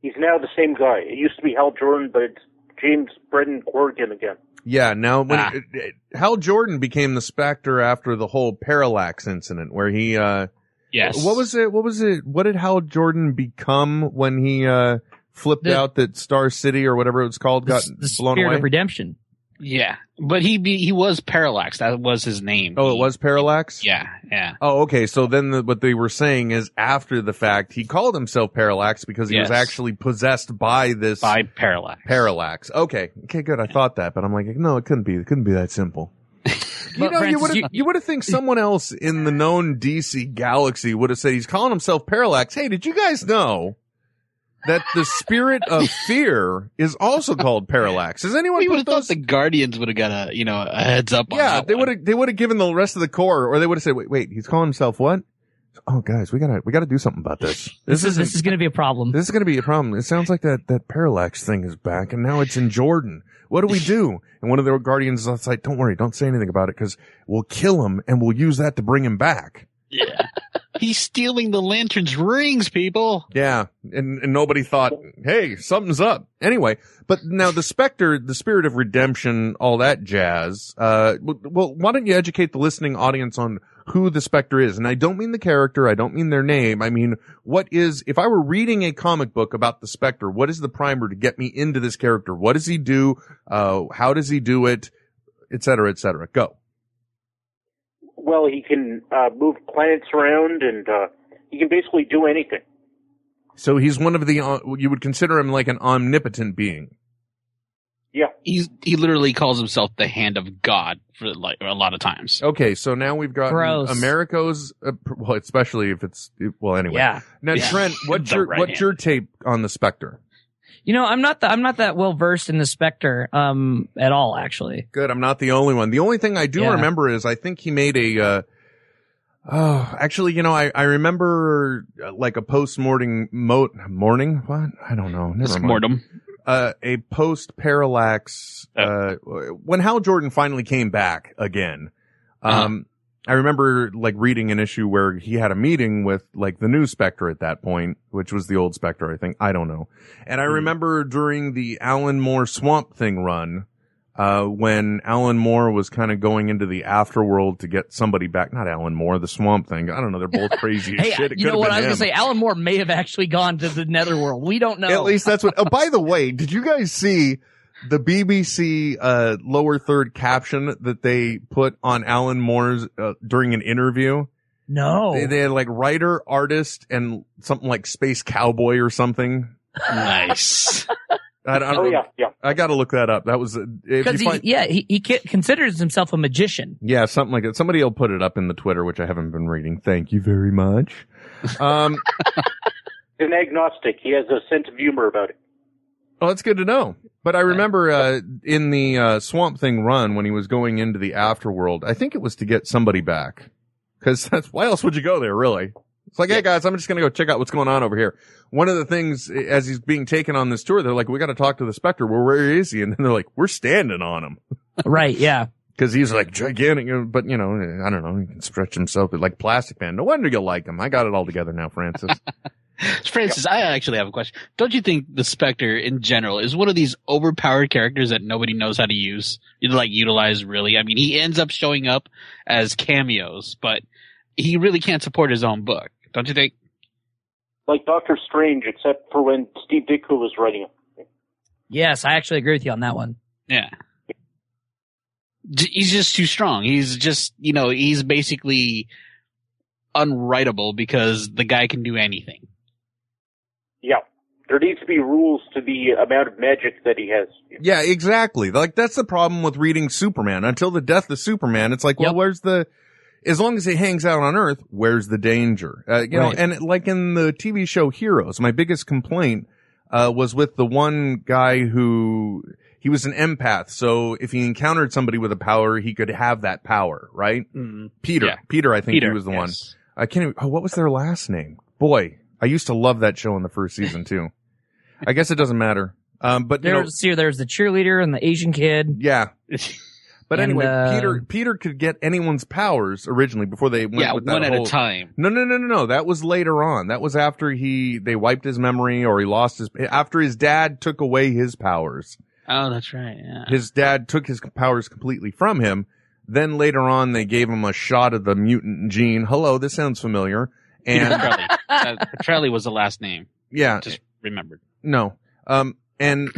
He's now the same guy. It used to be Hal Jordan, but it's James Brendan Corgan again. Yeah, now when Ah. it, it- Hal Jordan became the Spectre after the whole Parallax incident where he uh Yes. what was it what was it what did Hal Jordan become when he uh flipped The- out that Star City or whatever it was called The, got s- the blown spirit away? of redemption. Yeah, but he be, he was Parallax. That was his name. Oh, it was Parallax? Yeah, yeah. Oh, okay. So then the, what they were saying is after the fact, he called himself Parallax because he was Yes. actually possessed by this. By Parallax. Parallax. Okay. Okay, good. I thought that, but I'm like, no, it couldn't be. It couldn't be that simple. You But know, you Francis, would you- have you would have think someone else in the known DC galaxy would have said he's calling himself Parallax. Hey, did you guys know that the spirit of fear is also called Parallax? Has anyone? We put would have thought those- the Guardians would have got a Uh, you know a heads up. on yeah, that they would have they would have given the rest of the core, or they would have said, "Wait, wait, he's calling himself what?" Oh, guys, we gotta we gotta do something about this. This is this is going to be a problem. This is going to be a problem. It sounds like that, that parallax thing is back, and now it's in Jordan. What do we do? And one of the guardians is outside. Don't worry, don't say anything about it, because we'll kill him, and we'll use that to bring him back. Yeah. He's stealing the lantern's rings, people. Yeah, and, and nobody thought, hey, something's up. Anyway, but now the specter, the spirit of redemption, all that jazz. Uh, w- well, why don't you educate the listening audience on who the specter is? And I don't mean the character, I don't mean their name. I mean what is if I were reading a comic book about the specter, what is the primer to get me into this character? What does he do? Uh, how does he do it? Et cetera, et cetera. Go. Well, he can uh, move planets around, and uh, he can basically do anything. So he's one of the uh, you would consider him like an omnipotent being. Yeah. He's he literally calls himself the hand of God for like a lot of times. Okay, so now we've got Gross. Americo's, uh, pr- well, especially if it's well. Anyway, Yeah. Now, Yeah. Trent, what's The your right what's hand. your tape on the Spectre? You know, I'm not the, I'm not that well versed in the Spectre um at all actually. Good. I'm not the only one. The only thing I do Yeah. remember is I think he made a. Uh, oh, actually, you know, I I remember uh, like a post mortem mo- morning. What I don't know. Oh, Never mind. Mortem. Uh, a post parallax. Oh. Uh, when Hal Jordan finally came back again, Uh-huh. um, I remember like reading an issue where he had a meeting with like the new Spectre at that point, which was the old Spectre, I think. I don't know. And I Hmm. remember during the Alan Moore Swamp Thing run, uh, when Alan Moore was kind of going into the afterworld to get somebody back. Not Alan Moore, the Swamp Thing. I don't know. They're both crazy as Hey, shit. It you know could've what I been was going to him. say? Alan Moore may have actually gone to the netherworld. We don't know. At least that's what. Oh, by the way, did you guys see the BBC uh, lower third caption that they put on Alan Moore's uh, during an interview? No. They, they had like writer, artist, and something like space cowboy or something. Nice. I, don't- I don't Oh, know. yeah, yeah. I got to look that up. That was uh, if you Because he, find- yeah, he, he ki- considers himself a magician. Yeah, something like that. Somebody will put it up in the Twitter, which I haven't been reading. Thank you very much. Um, He's an agnostic. He has a sense of humor about it. Oh, that's good to know. But I remember uh, in the uh, Swamp Thing run when he was going into the afterworld, I think it was to get somebody back. Because that's why else would you go there, really? It's like, hey guys, I'm just gonna go check out what's going on over here. One of the things eh, as he's being taken on this tour, they're like, we got to talk to the Spectre. Well, where is he? And then they're like, we're standing on him. right. Yeah. Because he's like gigantic, you know, but you know, eh, I don't know. He can stretch himself like Plastic Man. No wonder you like him. I got it all together now, Francis. Francis, I actually have a question. Don't you think the Spectre in general is one of these overpowered characters that nobody knows how to use, like utilize really? I mean, he ends up showing up as cameos, but he really can't support his own book. Don't you think? Like Doctor Strange, except for when Steve Ditko was writing it. Yes, I actually agree with you on that one. Yeah. J- He's just too strong. He's just, you know, he's basically unwritable because the guy can do anything. Yeah. There needs to be rules to the amount of magic that he has. Yeah, exactly. Like that's the problem with reading Superman. Until the death of Superman, it's like, well, where's the? As long as he hangs out on Earth, where's the danger? Uh, you Right. know, and like in the TV show Heroes, my biggest complaint uh, was with the one guy who he was an empath. So if he encountered somebody with a power, he could have that power, right? Mm, Peter, Yeah. Peter, I think Peter, he was the yes. one. I can't. Even, oh, what was their last name? Boy, I used to love that show in the first season too. I guess it doesn't matter. Um, but you know, There's see, there's the cheerleader and the Asian kid. Yeah. But And, anyway, uh, Peter Peter could get anyone's powers originally before they went Yeah, with that one at a whole- time. No, no, no, no, no. That was later on. That was after he they wiped his memory or he lost his after his dad took away his powers. Oh, that's right. Yeah. His dad took his powers completely from him. Then later on, they gave him a shot of the mutant gene. Hello, this sounds familiar. And Peter Petrelli. Uh, Petrelli was the last name. Yeah. Just remembered. No. Um, and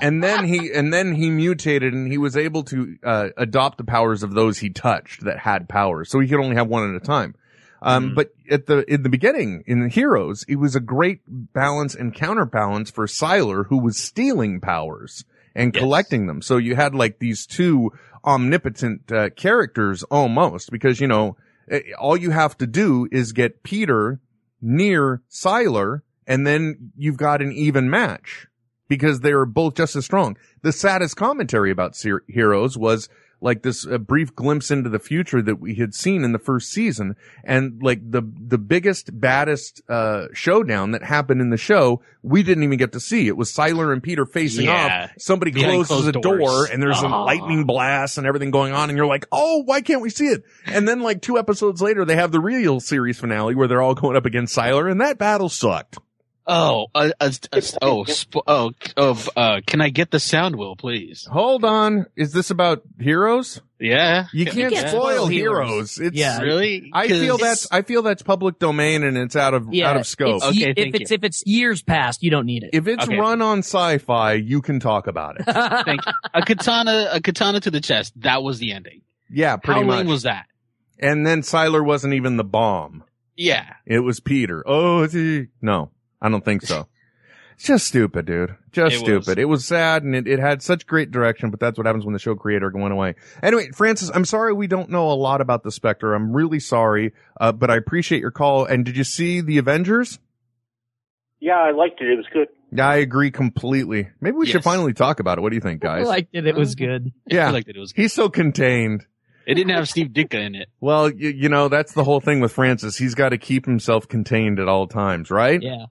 and then he and then he mutated and he was able to uh, adopt the powers of those he touched that had powers. So he could only have one at a time. Um, But at the in the beginning in the Heroes, it was a great balance and counterbalance for Siler, who was stealing powers and collecting them. So you had like these two omnipotent uh, characters almost because you know eh, all you have to do is get Peter near Siler, and then you've got an even match because they were both just as strong. The saddest commentary about ser- heroes was like this uh, brief glimpse into the future that we had seen in the first season and like the the biggest baddest uh showdown that happened in the show we didn't even get to see it was Siler and Peter facing Yeah. off somebody Behind closes a closed doors. Uh-huh. door and there's some Aw. lightning blasts and everything going on and you're like oh why can't we see it and then like two episodes later they have the real series finale where they're all going up against Siler and that battle sucked Oh, uh, uh, uh, oh, sp- oh, oh, uh, can I get the sound wheel, please? Hold on. Is this about heroes? Yeah. You can't spoil heroes. It's really. I feel that's I feel that's public domain and it's out of Yeah, out of scope. it's ye- if it's if it's years past, you don't need it. If it's run on sci-fi, you can talk about it. Thank you. A katana, a katana to the chest. That was the ending. Yeah, pretty How much. lame was that? And then Siler wasn't even the bomb. Yeah. It was Peter. Oh, is he? No, I don't think so. It's just stupid, dude. Just It was. stupid. It was sad and it, it had such great direction, but that's what happens when the show creator went away. Anyway, Francis, I'm sorry we don't know a lot about the Spectre. I'm really sorry, uh, but I appreciate your call. And did you see the Avengers? Yeah, I liked it. It was good. Yeah, I agree completely. Maybe we should Yes. finally talk about it. What do you think, I guys? liked it. It was good. yeah. I liked it. It was. He's so contained. It didn't have Steve Dicka in it. Well, you, you know, that's the whole thing with Francis. He's got to keep himself contained at all times, right? Yeah.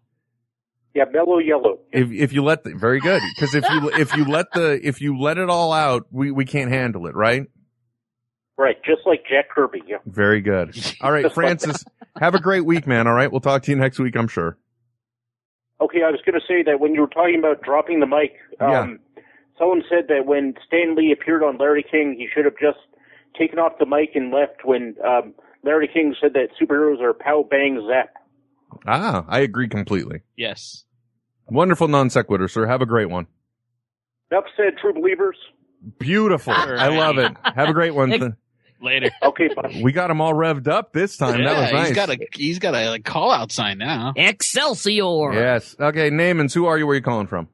Yeah, mellow yellow. If if you let the, very good because if you if you let the if you let it all out, we we can't handle it, right? Right, just like Jack Kirby. Yeah. Very good. All right, Francis, have a great week, man. All right, we'll talk to you next week, I'm sure. Okay, I was going to say that when you were talking about dropping the mic, um, someone said that when Stan Lee appeared on Larry King, he should have just taken off the mic and left when um, Larry King said that superheroes are pow bang zap. Ah, I agree completely. Yes. Wonderful non sequitur, sir. Have a great one. Enough said, true believers. Beautiful. I love it. Have a great one. Thank- Later. Okay, bye. We got him all revved up this time. that was Yeah, nice. He's got a he's got a like, call out sign now. Excelsior. Yes. Okay, Namens, who are you? Where are you calling from?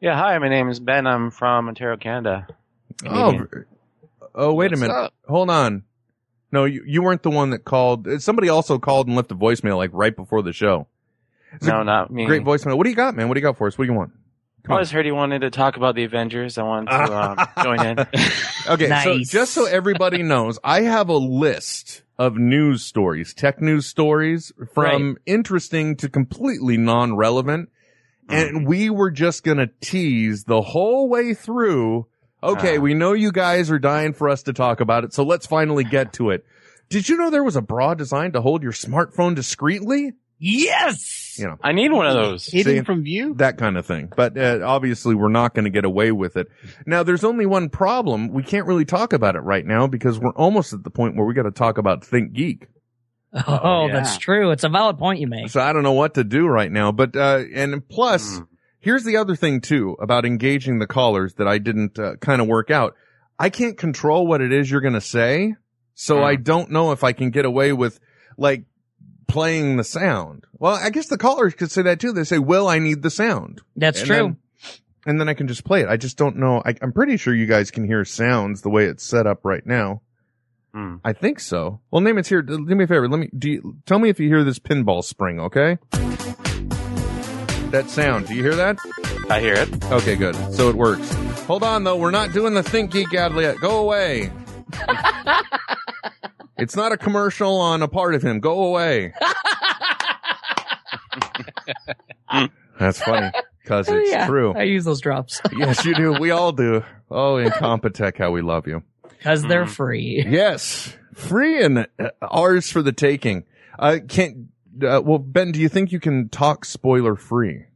Yeah, hi, my name is Ben. I'm from Ontario, Canada. Oh, oh, wait a minute. up? Hold on. No, you, you weren't the one that called. Uh, Somebody also called and left a voicemail like right before the show. It's a No, not me. Great voicemail. What do you got, man? What do you got for us? What do you want? I always heard he wanted to talk about the Avengers. I wanted to um, join in. Okay, so Nice. just so everybody knows, I have a list of news stories, tech news stories from interesting to completely non-relevant. Mm. And we were just going to tease the whole way through. Okay, Ah. we know you guys are dying for us to talk about it, so let's finally get to it. Did you know there was a bra designed to hold your smartphone discreetly? Yes. You know, I need one of those. See? from view? That kind of thing. But uh, obviously, we're not going to get away with it. Now, there's only one problem. We can't really talk about it right now because we're almost at the point where we got to talk about Think Geek. Oh, that's true. It's a valid point you make. So I don't know what to do right now. But, uh, and Hmm. plus, here's the other thing too about engaging the callers that I didn't uh, kind of work out. I can't control what it is you're going to say. So Hmm. I don't know if I can get away with like playing the sound. Well, I guess the callers could say that too. They say, well, I need the sound. That's And true. then- and then I can just play it. I just don't know. I, I'm pretty sure you guys can hear sounds the way it's set up right now. I think so. Well, name it's here. Do me a favor. Let me do. You, tell me if you hear this pinball spring. Okay. That sound. Do you hear that? I hear it. Okay, good. So it works. Hold on though. We're not doing the Think Geek ad yet. Go away. it's not a commercial on a part of him. Go away. That's funny because it's Yeah, true. I use those drops yes, you do. We all do. Oh, Incompetech, how we love you. because Hmm. they're free. Yes, free and uh, ours for the taking. Uh, can't. Uh, well, Ben, do you think you can talk spoiler free?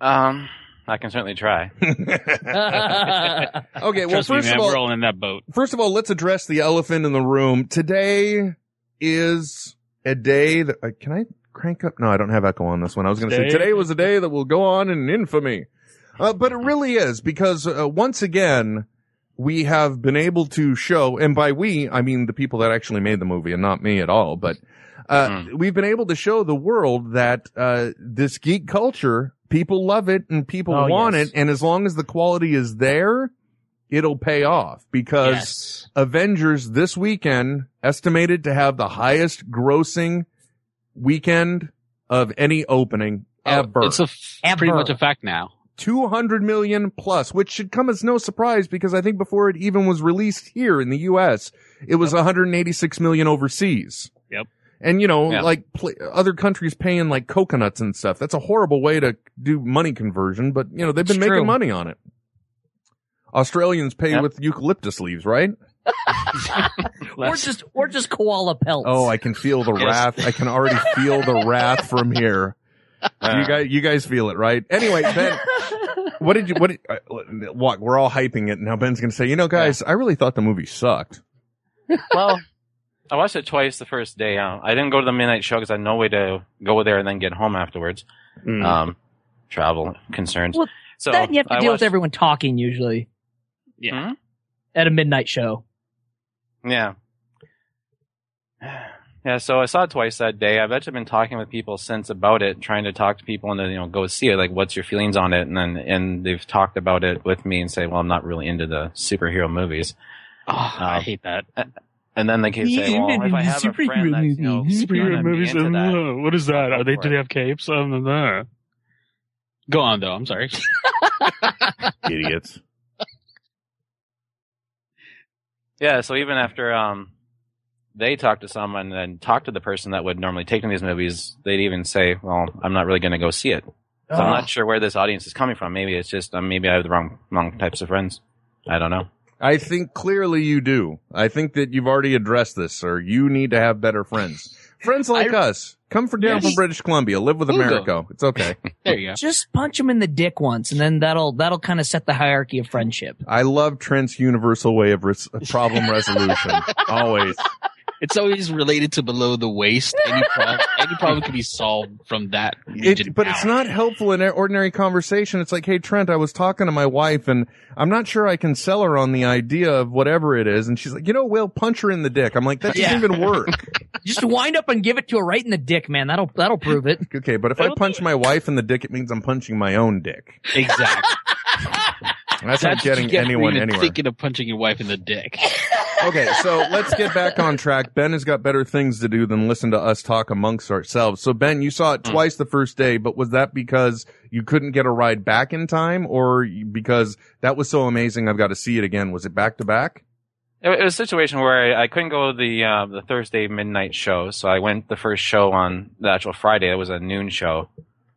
Um, I can certainly try. Okay, well, Trust me, first man, of all- we're all in that boat. First of all, let's address the elephant in the room. Today is a day that uh, can I crank up? No, I don't have echo on this one. I was going to say Today- today was a day that will go on in infamy. Uh, but it really is because uh, once again, we have been able to show, and by we, I mean the people that actually made the movie and not me at all, but, uh, we've been able to show the world that, uh, this geek culture, people love it and people Oh, want yes. it. And as long as the quality is there, it'll pay off because Avengers this weekend estimated to have the highest grossing weekend of any opening ever. It's a f- pretty much a fact now. 200 million plus, which should come as no surprise because I think before it even was released here in the US, it was 186 million overseas. Yep. And you know, Yeah. like pl- other countries paying like coconuts and stuff. That's a horrible way to do money conversion, but you know, they've been It's making true. money on it. Australians pay Yep. with eucalyptus leaves, right? or just or just koala pelts. Oh, I can feel the Yes. wrath. I can already feel the wrath from here. You guys, you guys feel it, right? Anyway, Ben, what did you? What? Did, uh, walk. We're all hyping it now. Ben's gonna say, you know, guys, I really thought the movie sucked. well, I watched it twice the first day. Uh, I didn't go to the midnight show because I had no way to go there and then get home afterwards. Mm. Um, travel concerns. Well, so that you have to I deal watched- with everyone talking usually. Yeah. Hmm? At a midnight show. Yeah. Yeah, so I saw it twice that day. I've actually been talking with people since about it, trying to talk to people and then, you know, go see it. Like, what's your feelings on it? And then, and they've talked about it with me and say, well, I'm not really into the superhero movies. Um, Oh, I hate that. And then they keep saying, well, if I have a friend that's, you know, gonna superhero be movies. into um, that, uh, What is that? Are they? Do they have capes? Um, uh, Go on though. I'm sorry. Idiots. Yeah, so even after um they talked to someone and talked to the person that would normally take them to these movies, they'd even say, "Well, I'm not really going to go see it." So I'm Ah. not sure where this audience is coming from. Maybe it's just um, maybe I have the wrong wrong types of friends. I don't know. I think clearly you do. I think that you've already addressed this, sir. You need to have better friends. Friends like us. Come for down Yes. from British Columbia. Live with We'll go. America. It's okay. There you go. Just punch him in the dick once, and then that'll that'll kind of set the hierarchy of friendship. I love Trent's universal way of res- problem resolution. Always. It's always related to below the waist. Any problem, any problem can be solved from that. region It, but out. it's not helpful in ordinary conversation. It's like, hey, Trent, I was talking to my wife and I'm not sure I can sell her on the idea of whatever it is. And she's like, you know, Will, punch her in the dick. I'm like, that doesn't Yeah. even work. Just wind up and give it to her right in the dick, man. That'll that'll prove it. Okay, but if I punch my wife in the dick, it means I'm punching my own dick. Exactly. And that's, That's not what getting you get for anyone even anywhere. Thinking of punching your wife in the dick. okay, so let's get back on track. Ben has got better things to do than listen to us talk amongst ourselves. So Ben, you saw it twice the first day, but was that because you couldn't get a ride back in time or because that was so amazing I've got to see it again? Was it back to back? It, it was a situation where I, I couldn't go to the uh, the Thursday midnight show, so I went the first show on the actual Friday. It was a noon show,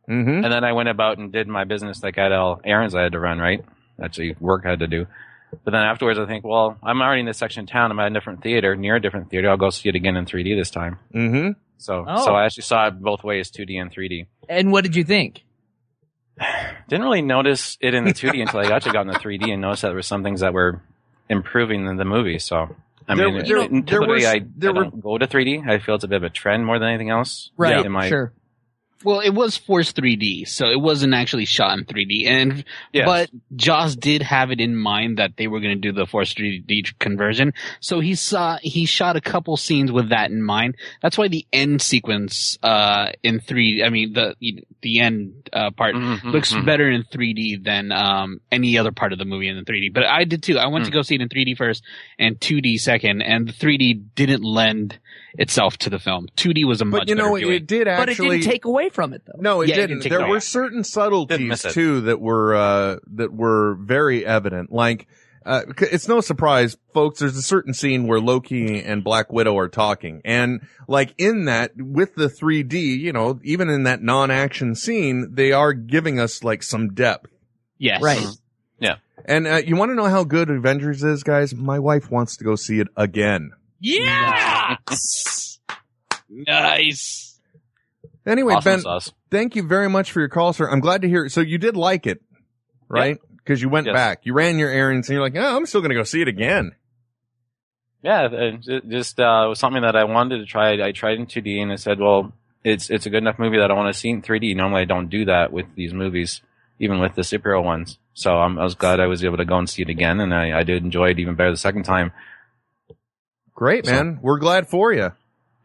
Mm-hmm. and then I went about and did my business. Like I had all errands I had to run, right? Actually, work I had to do. But then afterwards, I think, well, I'm already in this section of town. I'm at a different theater, near a different theater. I'll go see it again in 3D this time. Mm-hmm. So, Oh. so I actually saw it both ways, 2D and 3D. And what did you think? Didn't really notice it in the 2D until I actually got in the 3D and noticed that there were some things that were improving in the movie. So, I There- mean, there- it- there typically was- I, there I were- don't go to 3D. I feel it's a bit of a trend more than anything else. Right, In my- sure. Well, it was Force 3D, so it wasn't actually shot in 3D. And Yes. but Joss did have it in mind that they were going to do the Force 3D conversion, so he saw he shot a couple scenes with that in mind. That's why the end sequence uh, in three, I mean the the end uh, part looks mhm. better in 3D than um, any other part of the movie in the 3D. But I did too. I went to go see it in 3D first and 2D second, and the 3D didn't lend itself to the film. 2D was a much But you know, better it, viewing. it did actually. but it didn't take away from it though. No, it Yeah, it didn't. didn't take there away. were certain subtleties miss it. too that were uh, that were very evident. Like uh, c- it's no surprise, folks. There's a certain scene where Loki and Black Widow are talking, and like in that with the 3D, you know, even in that non-action scene, they are giving us like some depth. Yes. Mm-hmm. Right. Yeah. And uh, you want to know how good Avengers is, guys? My wife wants to go see it again. Yeah. nice. Anyway, Awesome Ben, sauce. thank you very much for your call, sir. I'm glad to hear it. So you did like it, right? Because you went back, you ran your errands, and you're like, oh, I'm still going to go see it again. Yeah, it it just uh, it was something that I wanted to try. I tried in 2D and I said, well, it's it's a good enough movie that I want to see in 3D. Normally, I don't do that with these movies. even with the superhero ones. So I'm, I was glad I was able to go and see it again, and I, I did enjoy it even better the second time. Great, So- man. We're glad for you.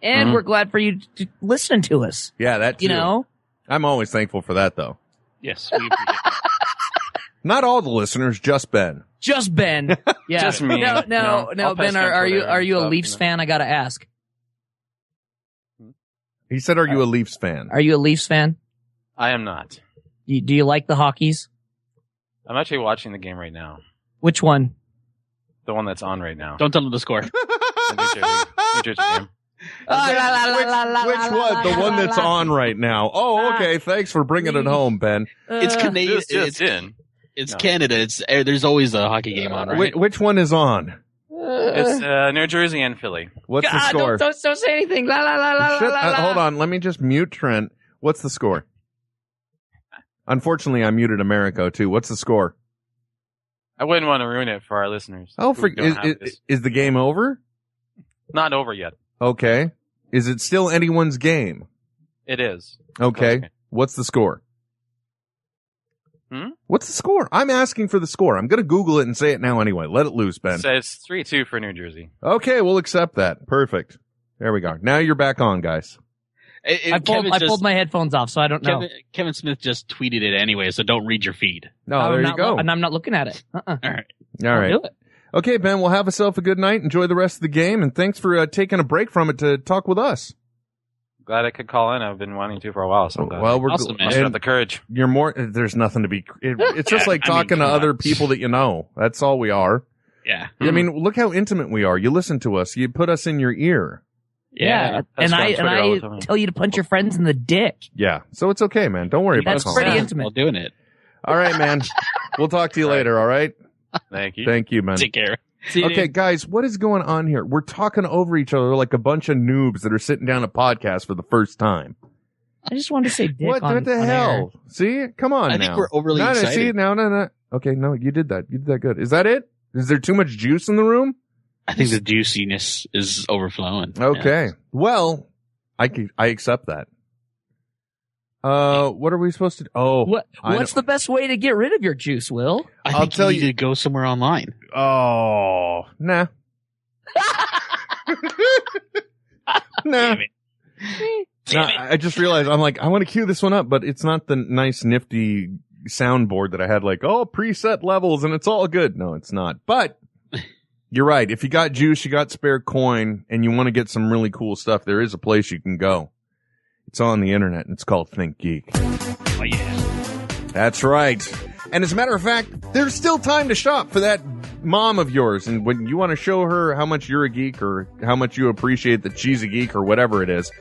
and Mhm. we're glad for you to listening to us. Yeah, that You too. know? I'm always thankful for that though. Yes. we appreciate it. Not all the listeners, just Ben. Just Ben. Yeah. Just me. No, No, no, no, I'll Ben. post on Are, are you Twitter are and you a stuff, Leafs you know. fan? I gotta ask. He said, "Are you a Leafs fan?" Are you a Leafs fan? I am not. Do you, do you like the Hockeys? I'm actually watching the game right now, Which one? the one that's on right now. Don't tell them the score. The New Jersey, New Jersey game. Which one? The one that's on right now. Oh, okay. Thanks for bringing it home, Ben. It's Canadian. Just- just it's It's Canada. It's eh, there's always a hockey game on, right? Whi- which one is on? It's uh, New Jersey and Philly. What's the score? Ah, don't say anything. La la la Shit, uh, hold on. Let me just mute Trent. What's the score? Unfortunately, I muted Americo too. What's the score? I wouldn't want to ruin it for our listeners. Oh, who for, don't is, have this. is, is the game over? not over yet. Okay. Is it still anyone's game? It is. Okay. What's the score? Hmm? What's the score? I'm asking for the score. I'm going to Google it and say it now anyway. Let it loose, Ben. So it's three two for New Jersey. Okay, we'll accept that. Perfect. There we go. Now you're back on, guys. Eh, eh, I pulled, Kevin I just- pulled my headphones off, so I don't know. Kevin, Kevin Smith just tweeted it anyway, so don't read your feed. No, there I'm you not go. lo- and I'm not looking at it. Uh-uh. All right. All right. do it. Okay, Ben, well, have yourself a good night. Enjoy the rest of the game, and thanks for uh, taking a break from it to talk with us. Glad I could call in. I've been wanting to for a while. So I'm glad. Well, we're Awesome, gl- man. Muster up and the courage. You're more. There's nothing to be. it- it's just Yeah, like I mean, talking come to on. other people that you know. That's all we are. Yeah. I mean, look how intimate we are. You listen to us. You put us in your ear. Yeah, and I and I tell you to punch your friends in the dick. Yeah. So it's okay, man. Don't worry That's about it. pretty intimate. While doing it. All right, man. we'll talk to you later. All right. Thank you. Thank you, man. Take care. okay, guys, what is going on here? We're talking over each other like a bunch of noobs that are sitting down a podcast for the first time. I just wanted to say dick. What, on- what the on air. hell? See, come on I now. think we're overly no, no, excited. See, no, no, no. Okay, no, you did that. You did that good. Is that it? Is there too much juice in the room? I think the juiciness is overflowing. Okay. Well, I can, I accept that. Uh, what are we supposed to? Oh, What, I what's know- the best way to get rid of your juice, Will? I I'll think tell you need you- to go somewhere online. Oh, nah. nah. Nah, I just realized I'm like, I want to cue this one up, but it's not the nice nifty soundboard that I had like, oh, preset levels and it's all good. No, it's not. But you're right. If you got juice, you got spare coin and you want to get some really cool stuff, there is a place you can go. It's on the internet and it's called Think Geek. Oh yeah. That's right. And as a matter of fact, there's still time to shop for that mom of yours. And when you want to show her how much you're a geek or how much you appreciate that she's a geek or whatever it is,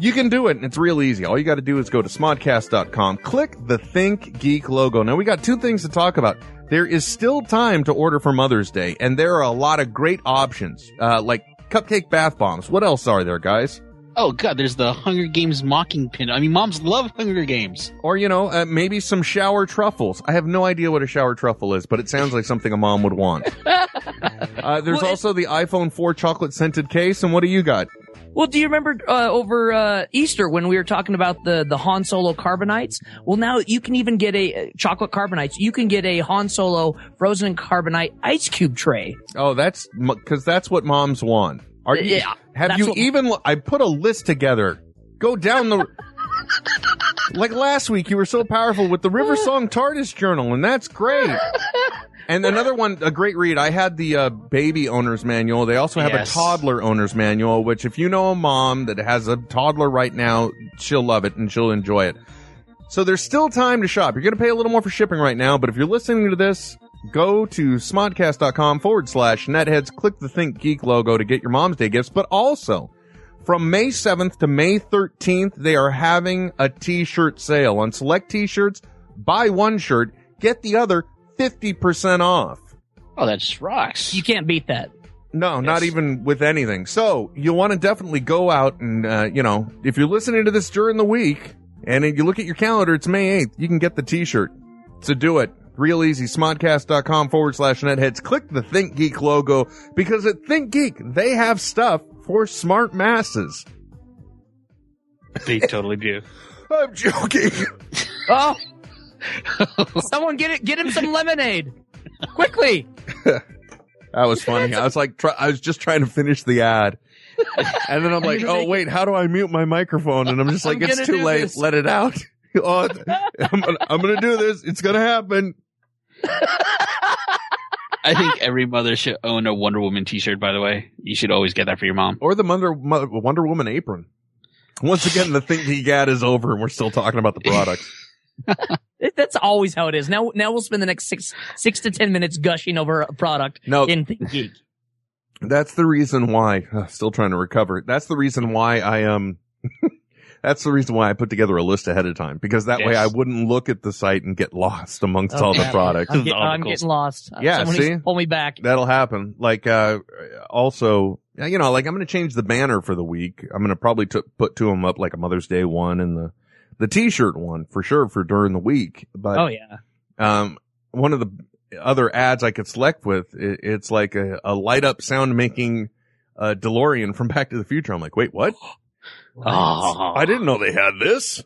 you can do it. And it's real easy. All you got to do is go to smodcast.com, click the Think Geek logo. Now, we got two things to talk about. There is still time to order for Mother's Day, and there are a lot of great options, uh, like cupcake bath bombs. What else are there, guys? Oh god, there's the Hunger Games mocking pin. I mean, moms love Hunger Games. Or, you know, uh, maybe some shower truffles. I have no idea what a shower truffle is, but it sounds like something a mom would want. uh, there's also the iPhone 4 chocolate scented case. And what do you got? Well, do you remember uh, over uh, Easter when we were talking about the the Han Solo carbonites? Well, now you can even get a uh, chocolate carbonites. You can get a Han Solo frozen carbonite ice cube tray. Oh, that's because that's what moms want. Are you, Yeah, Have that's you what- even? I put a list together. Go down the. like last week, you were so powerful with the River Song TARDIS Journal, and that's great. And another one, a great read. I had the uh, baby owner's manual. They also have a Yes. toddler owner's manual, which if you know a mom that has a toddler right now, she'll love it and she'll enjoy it. So there's still time to shop. You're going to pay a little more for shipping right now, but if you're listening to this, go to smodcast.com forward slash netheads, click the Think Geek logo to get your Mom's Day gifts, but also from May 7th to May 13th, they are having a t-shirt sale on select t-shirts. Buy one shirt, get the other 50% off. Oh, that just rocks. You can't beat that. No, not even with anything. So you want to definitely go out and, uh, you know, if you're listening to this during the week and if you look at your calendar, it's May 8th. You can get the t-shirt. So do it. Real easy. Smodcast.com forward slash netheads. Click the Think Geek logo because at Think Geek, they have stuff for smart masses. They totally do. I'm joking. Oh, Someone get it. Get him some lemonade, quickly. That was funny. I was like, try, I was just trying to finish the ad, and then I'm like, oh wait, how do I mute my microphone? And I'm just like, I'm it's gonna too do late. this. Let it out. oh, I'm, gonna, I'm gonna do this. It's gonna happen. I think every mother should own a Wonder Woman T-shirt. By the way, you should always get that for your mom. Or the Wonder Mo- Wonder Woman apron. Once again, the think he got is over, and we're still talking about the product. That's always how it is. Now, now we'll spend the next six six to ten minutes gushing over a product. No. in Think Geek. That's the reason why. uh, still trying to recover. That's the reason why I um. that's the reason why I put together a list ahead of time because that way Yes. Oh, I wouldn't look at the site and get lost amongst all the Okay. products. I'm, get- I'm getting lost. Yeah, Someone see? needs to Uh, pull me back. That'll happen. Like, uh, also, you know, like I'm going to change the banner for the week. I'm going to probably t- put two of them up, like a Mother's Day one and the, the t-shirt one for sure for during the week. But, Oh yeah. um, one of the other ads I could select with, i it's like a, a light up sound making, uh, DeLorean from Back to the Future. I'm like, wait, what? Oh. I didn't know they had this.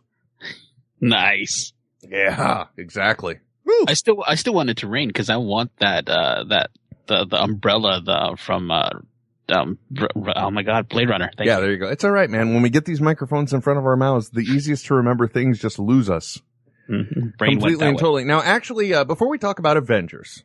Nice. Yeah, exactly. I still I still want it to rain because I want that uh that the the umbrella the from uh um r- r- oh my god Blade Runner. Thank yeah, you. there you go. It's all right, man. When we get these microphones in front of our mouths, the easiest to remember things just lose us. Mm-hmm. Brain went Completely that and way. totally. Now, actually, uh, before we talk about Avengers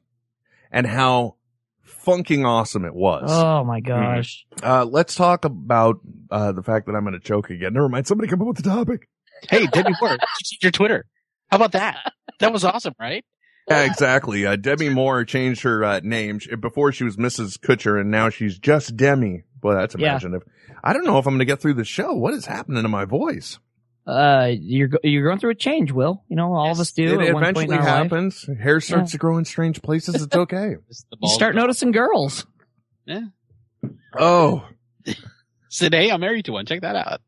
and how funking awesome it was. Oh my Mm-hmm. gosh. Uh, let's talk about uh, the fact that I'm going to choke again. Never mind. Somebody come up with the topic. Hey, Debbie Moore, change your Twitter. How about that? That was awesome, right? Yeah, exactly. Uh, Demi Moore changed her uh, name. She- Before she was Mrs. Kutcher, and now she's just Demi. Boy, that's Yeah. imaginative. I don't know if I'm going to get through the show. What is happening to my voice? Uh, you're go- you're going through a change, Will. You know, all of us do. It at one point in eventually our life. happens. Hair starts Yeah. to grow in strange places. It's okay. You start noticing girls. oh, Today I'm married to one. Check that out.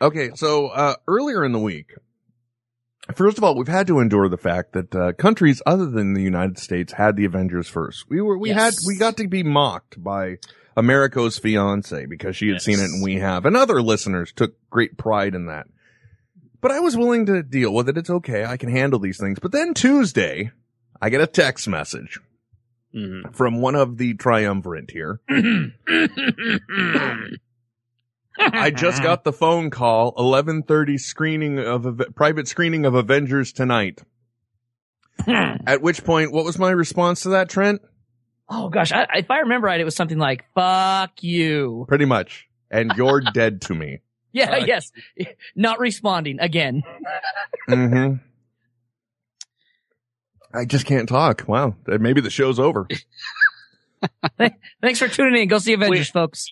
okay. So uh, earlier in the week, first of all, we've had to endure the fact that uh, countries other than the United States had the Avengers first. We were we had Yes. we got to be mocked by Americo's fiance because she had seen it and we have, and other listeners took great pride in that. But I was willing to deal with it. It's okay. I can handle these things. But then Tuesday, I get a text message Mm-hmm. from one of the triumvirate here. I just got the phone call. Eleven thirty screening of Ave- private screening of Avengers tonight. At which point, what was my response to that, Trent? Oh gosh, I, if I remember right, it was something like "fuck you." Pretty much. And you're dead to me. Yeah. yes. Not responding again. hmm I just can't talk. Wow. Uh, Maybe the show's over. Thanks for tuning in. Go see Avengers, folks.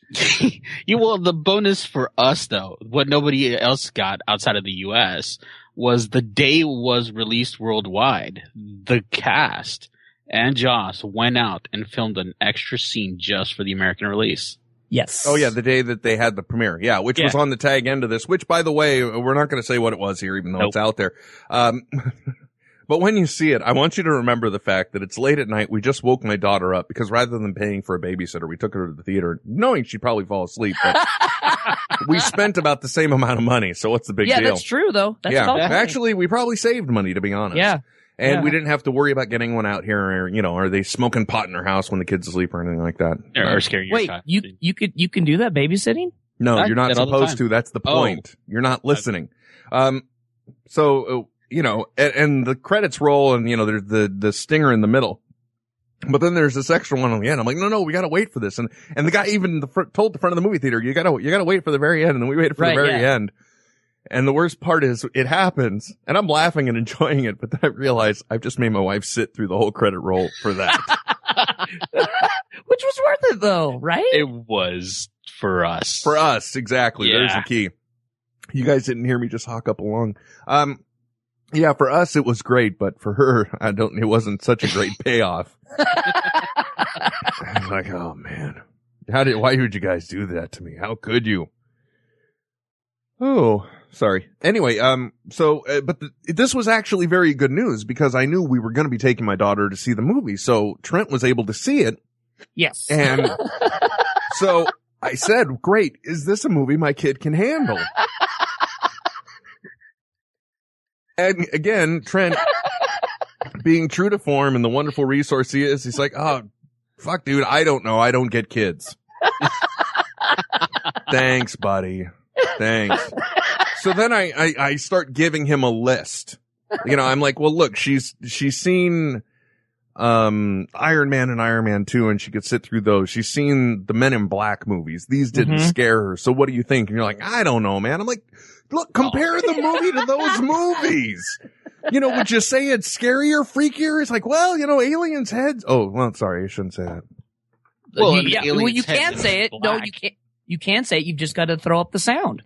You well, the bonus for us though, what nobody else got outside of the U.S. was the day was released worldwide. The cast and Joss went out and filmed an extra scene just for the American release. Yes. Oh yeah, the day that they had the premiere. Yeah, which was Yeah. on the tag end of this. Which, by the way, we're not going to say what it was here, even though it's out there. Um, but when you see it, I want you to remember the fact that it's late at night. We just woke my daughter up because rather than paying for a babysitter, we took her to the theater, knowing she'd probably fall asleep. But we spent about the same amount of money, so what's the big yeah, deal? that's true though. That's yeah, about right. actually, we probably saved money to be honest. Yeah. And Yeah. we didn't have to worry about getting one out here, or you know, are they smoking pot in their house when the kids sleep or anything like that? Or scary. Wait, you you could you can do that babysitting? No, I you're do not that all the supposed time. to. That's the Oh. point. You're not listening. Um, so uh, you know, and, and the credits roll, and you know, there's the the stinger in the middle. But then there's this extra one on the end. I'm like, no, no, we gotta wait for this. And and the guy even the fr- told the front of the movie theater, you gotta you gotta wait for the very end. And then we waited for Right, the very yeah. end. And the worst part is it happens, and I'm laughing and enjoying it. But then I realize I've just made my wife sit through the whole credit roll for that. Which was worth it though, right? It was for us. For us, exactly. There's the Yeah. key. You guys didn't hear me just hawk up along. Um, yeah, for us it was great, but for her, I don't. It wasn't such a great payoff. I was like, oh man, how did? Why would you guys do that to me? How could you? Oh, sorry. Anyway, um, so uh, but the, this was actually very good news because I knew we were going to be taking my daughter to see the movie, so Trent was able to see it. Yes. And so I said, great, is this a movie my kid can handle? And again, Trent being true to form and the wonderful resource he is, he's like, oh, fuck, dude, I don't know. I don't get kids. Thanks, buddy. Thanks. So then I, I, I start giving him a list. You know, I'm like, well, look, she's, she's seen, um, Iron Man and Iron Man 2 and she could sit through those. She's seen the Men in Black movies. These didn't Mhm. scare her. So what do you think? And you're like, I don't know, man. I'm like, look, compare the movie to those movies. You know, would you say it's scarier, freakier? It's like, well, you know, aliens heads. Oh, well, sorry. I shouldn't say that. Well, Well, you, yeah, an well, you alien's head can is say it. No, black. you can't. You can say it. You've just got to throw up the sound.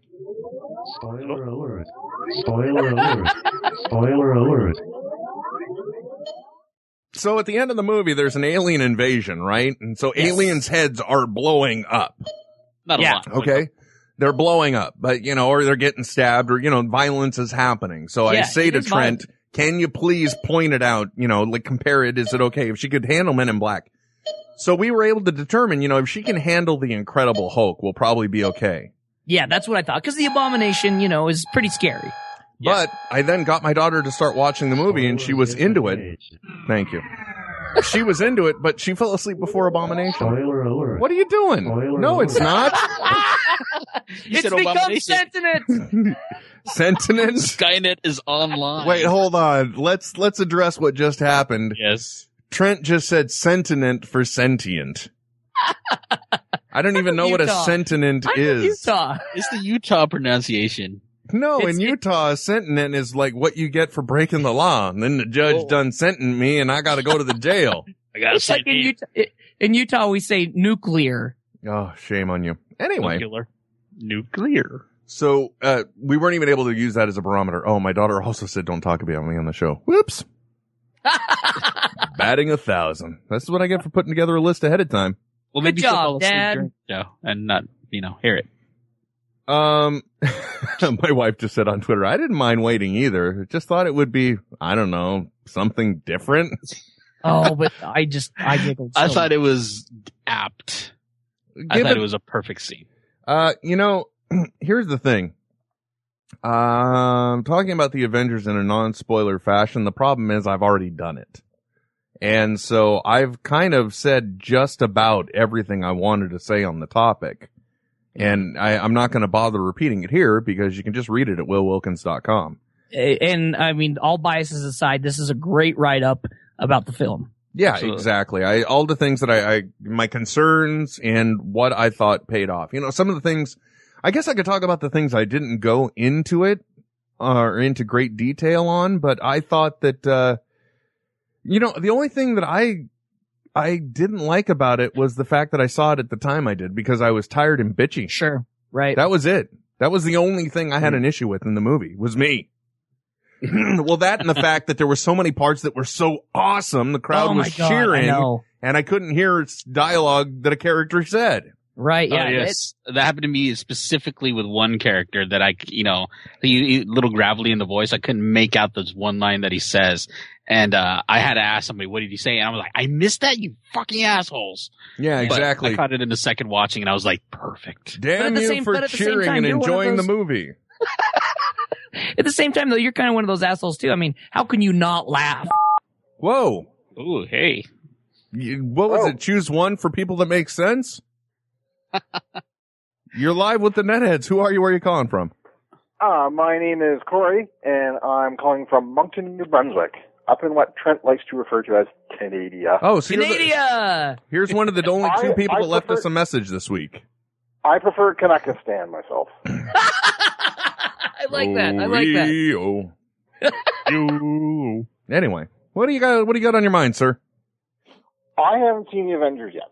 Spoiler alert. Spoiler alert. Spoiler alert. So at the end of the movie, there's an alien invasion, right? And so aliens' heads are blowing up. Not yeah. Okay. They're blowing up, but you know, or they're getting stabbed or, you know, violence is happening. So I Yeah, say it to is Trent, can you please point it out? You know, like compare it. Is it okay? If she could handle Men in Black. So we were able to determine, you know, if she can handle the Incredible Hulk, we'll probably be okay. Yeah, that's what I thought. Because the abomination, you know, is pretty scary. But I then got my daughter to start watching the movie and she was into it. Thank you. She was into it, but she fell asleep before Abomination. What are you doing? no, it's not. it's said become abomination. sentient. Sentinel. Skynet is online. Wait, hold on. Let's let's address what just happened. Yes. Trent just said sentient for sentient. I don't even know what a Utah. sentient is. Utah. It's the Utah pronunciation. No, in Utah, a sentinent is like what you get for breaking the law. And then the judge done sentenced me and I got to go to the jail. I It's like in Utah, it- in Utah, we say nuclear. Oh, shame on you. Anyway. Nuclear. Nuclear. So, uh, we weren't even able to use that as a barometer. Oh, my daughter also said don't talk about me on the show. Whoops. Batting a thousand. That's what I get for putting together a list ahead of time. Well, Good maybe she'll job, fall asleep Dad. during the show and not, you know, hear it. Um, my wife just said on Twitter, I didn't mind waiting either. Just thought it would be, I don't know, something different. Oh, but I just I giggled. I so thought much. it was apt. I Give thought it- it was a perfect scene. Uh, you know, here's the thing. Um, talking about the Avengers in a non-spoiler fashion, the problem is I've already done it. And so I've kind of said just about everything I wanted to say on the topic. And I, I'm not going to bother repeating it here because you can just read it at willwilkins.com. A- And I mean, all biases aside, this is a great write up about the film. Yeah, exactly. I all the things that I, I my concerns and what I thought paid off. You know, some of the things I guess I could talk about the things I didn't go into it uh, or into great detail on, but I thought that uh you know, the only thing that I I didn't like about it was the fact that I saw it at the time I did because I was tired and bitchy. Sure. Right. Hmm. That was it. That was the only thing I had an issue with in the movie was me. well, that and the fact that there were so many parts that were so awesome, the crowd Oh my was God, I cheering, know. and I couldn't hear s- dialogue that a character said. Right. Oh, yes. That happened to me specifically with one character that I, you know, he, he- little gravelly in the voice. I couldn't make out this one line that he says. And, uh, I had to ask somebody, what did he say? And I was like, I missed that, you fucking assholes. Yeah, But exactly. I caught it in the second watching and I was like, perfect. But at Damn the you same- for but at the same cheering time, and you're one of enjoying those- the movie. At the same time, though, you're kind of one of those assholes too. I mean, how can you not laugh? Whoa. Ooh, hey. You, what was it? Choose one for people that make sense? You're live with the Netheads. Who are you? Where are you calling from? Uh, my name is Corey, and I'm calling from Moncton, New Brunswick, up in what Trent likes to refer to as Canada. Oh, so you're the- Canada. Here's one of the only two I- people I that left prefer- us a message this week. I prefer Kanakistan myself. I like that. I like that. that. Oh. anyway, what do you got? What do you got on your mind, sir? I haven't seen the Avengers yet.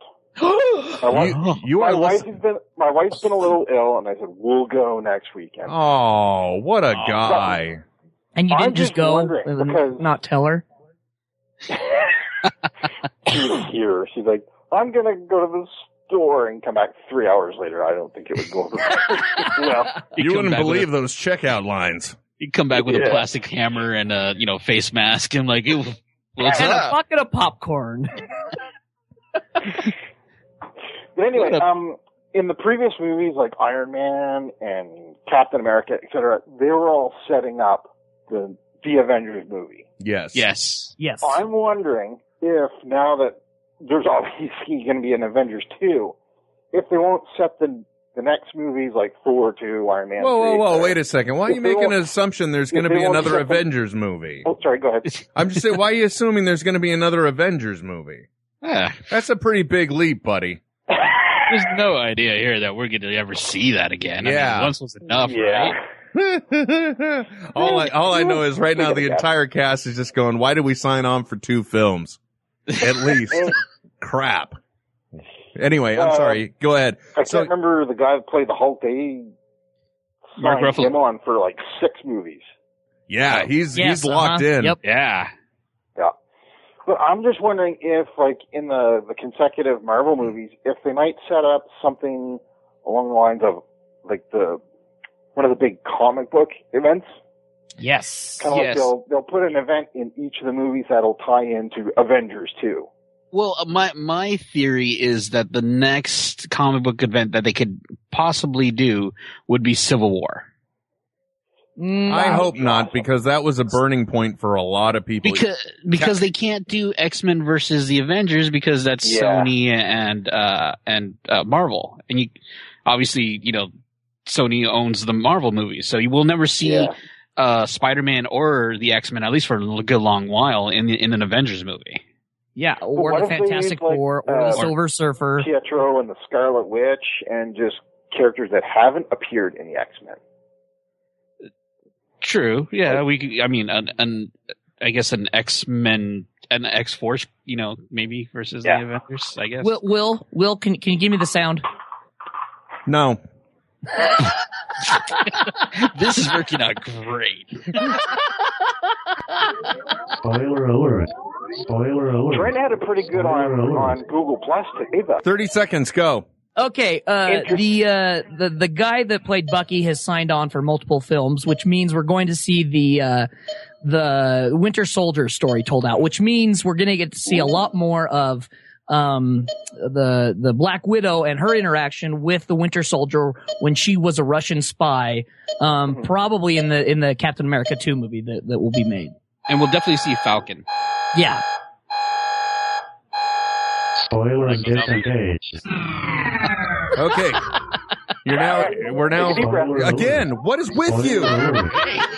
My wife, You- you my are wife listen- has been my wife's been a little ill, and I said we'll go next weekend. Oh, what a guy! And you I'm didn't just, just go wondering, and because- not tell her. She was here. She's like, I'm gonna go to the store and come back three hours later. I don't think it would go over well. You wouldn't believe those checkout lines. You come back with Yeah. a plastic hammer and a, you know, face mask. and like, "Ew, what's and a up? bucket of popcorn. But anyway, What a- um, in the previous movies like Iron Man and Captain America, etc., they were all setting up the the Avengers movie. Yes. Yes. Yes. I'm wondering if now that there's obviously going to be an Avengers 2, if they won't set the the next movies like Thor 2, Iron Man. Whoa, whoa, 3, whoa! Wait a second. Why are If you they making an won't- assumption there's if going to they be won't another set the- Avengers movie? Oh, sorry. Go ahead. I'm just saying, why are you assuming there's going to be another Avengers movie? Yeah. That's a pretty big leap, buddy. There's no idea here that we're going to ever see that again. I Yeah. mean, once was enough, Yeah. right? all I all I know is right now the entire cast is just going, why did we sign on for two films? At least. Crap. Anyway, I'm Uh, sorry. Go ahead. I can't remember the guy that played the Hulk. They Mark signed Ruffalo. him on for like six movies. Yeah, he's Yes, he's locked uh-huh. in. Yep. Yeah. Yeah. But I'm just wondering if, like, in the, the consecutive Marvel movies, if they might set up something along the lines of, like, the one of the big comic book events. Yes. Kind of like Yes. they'll, they'll put an event in each of the movies that'll tie into Avengers 2. Well, uh, my my theory is that the next comic book event that they could possibly do would be Civil War. I hope not because that was a burning point for a lot of people. because because they can't do X Men versus the Avengers because that's Yeah. Sony and uh, and uh, Marvel, and you obviously you know Sony owns the Marvel movies, so you will never see uh, Spider Man or the X Men at least for a good long while in the, in an Avengers movie. Yeah, But or what the if they Fantastic use, like, Four, or uh, the Silver Surfer. Pietro and the Scarlet Witch, and just characters that haven't appeared in the X Men. True. Yeah, we. Could, I mean, an, an I guess an X Men an X Force, you know, maybe versus the Avengers. I guess. Will, Will, Will, can can you give me the sound? No. this is working out great. Spoiler alert. Spoiler alert. Trent had it pretty good on, on Google Plus today, though. 30 seconds, go. Okay, uh, the uh, the the guy that played Bucky has signed on for multiple films, which means we're going to see the uh, the Winter Soldier story told out, which means we're going to get to see a lot more of um, the the Black Widow and her interaction with the Winter Soldier when she was a Russian spy, Mm-hmm. um, probably in the in the Captain America two movie that that will be made. And we'll definitely see Falcon. Yeah, Spoiler disengaged. um, Okay. You're now we're now Take a deep breath. again, what is with you?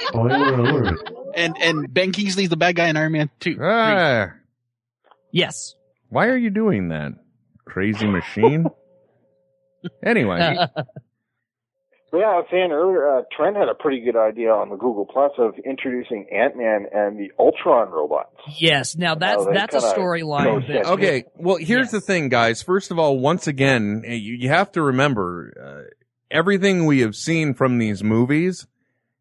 Spoiler alert. And and Ben Kingsley's the bad guy in Iron Man Two. Ah, Yes. why are you doing that? Crazy machine. anyway. Uh, Yeah, I was saying earlier, uh, Trent had a pretty good idea on the Google Plus of introducing Ant Man and the Ultron robots. yes. Now that's Oh, they that's a kinda storyline. that- Okay, well, here's the thing, guys. First of all, once again, eh, you, you have to remember uh, everything we have seen from these movies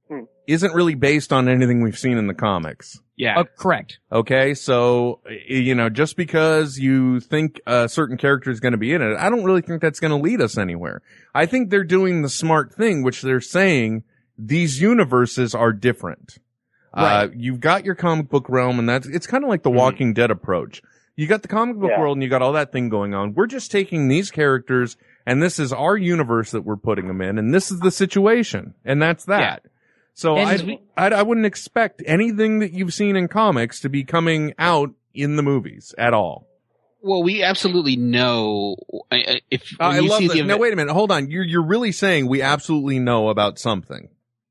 Hmm. isn't really based on anything we've seen in the comics. Yeah. correct. Okay, so eh, you know, just because you think a certain character is going to be in it, I don't really think that's going to lead us anywhere. I think they're doing the smart thing, which they're saying these universes are different. Uh, you've got your comic book realm, and that's it's kind of like the Walking Dead approach. You got the comic book world, and you got all that thing going on. We're just taking these characters, and this is our universe that we're putting them in, and this is the situation, and that's that. So And I, we- I I wouldn't expect anything that you've seen in comics to be coming out in the movies at all. Well, we absolutely know I- I- if Uh, when I you love see that. the Now event. wait a minute, hold on. You're you're really saying we absolutely know about something?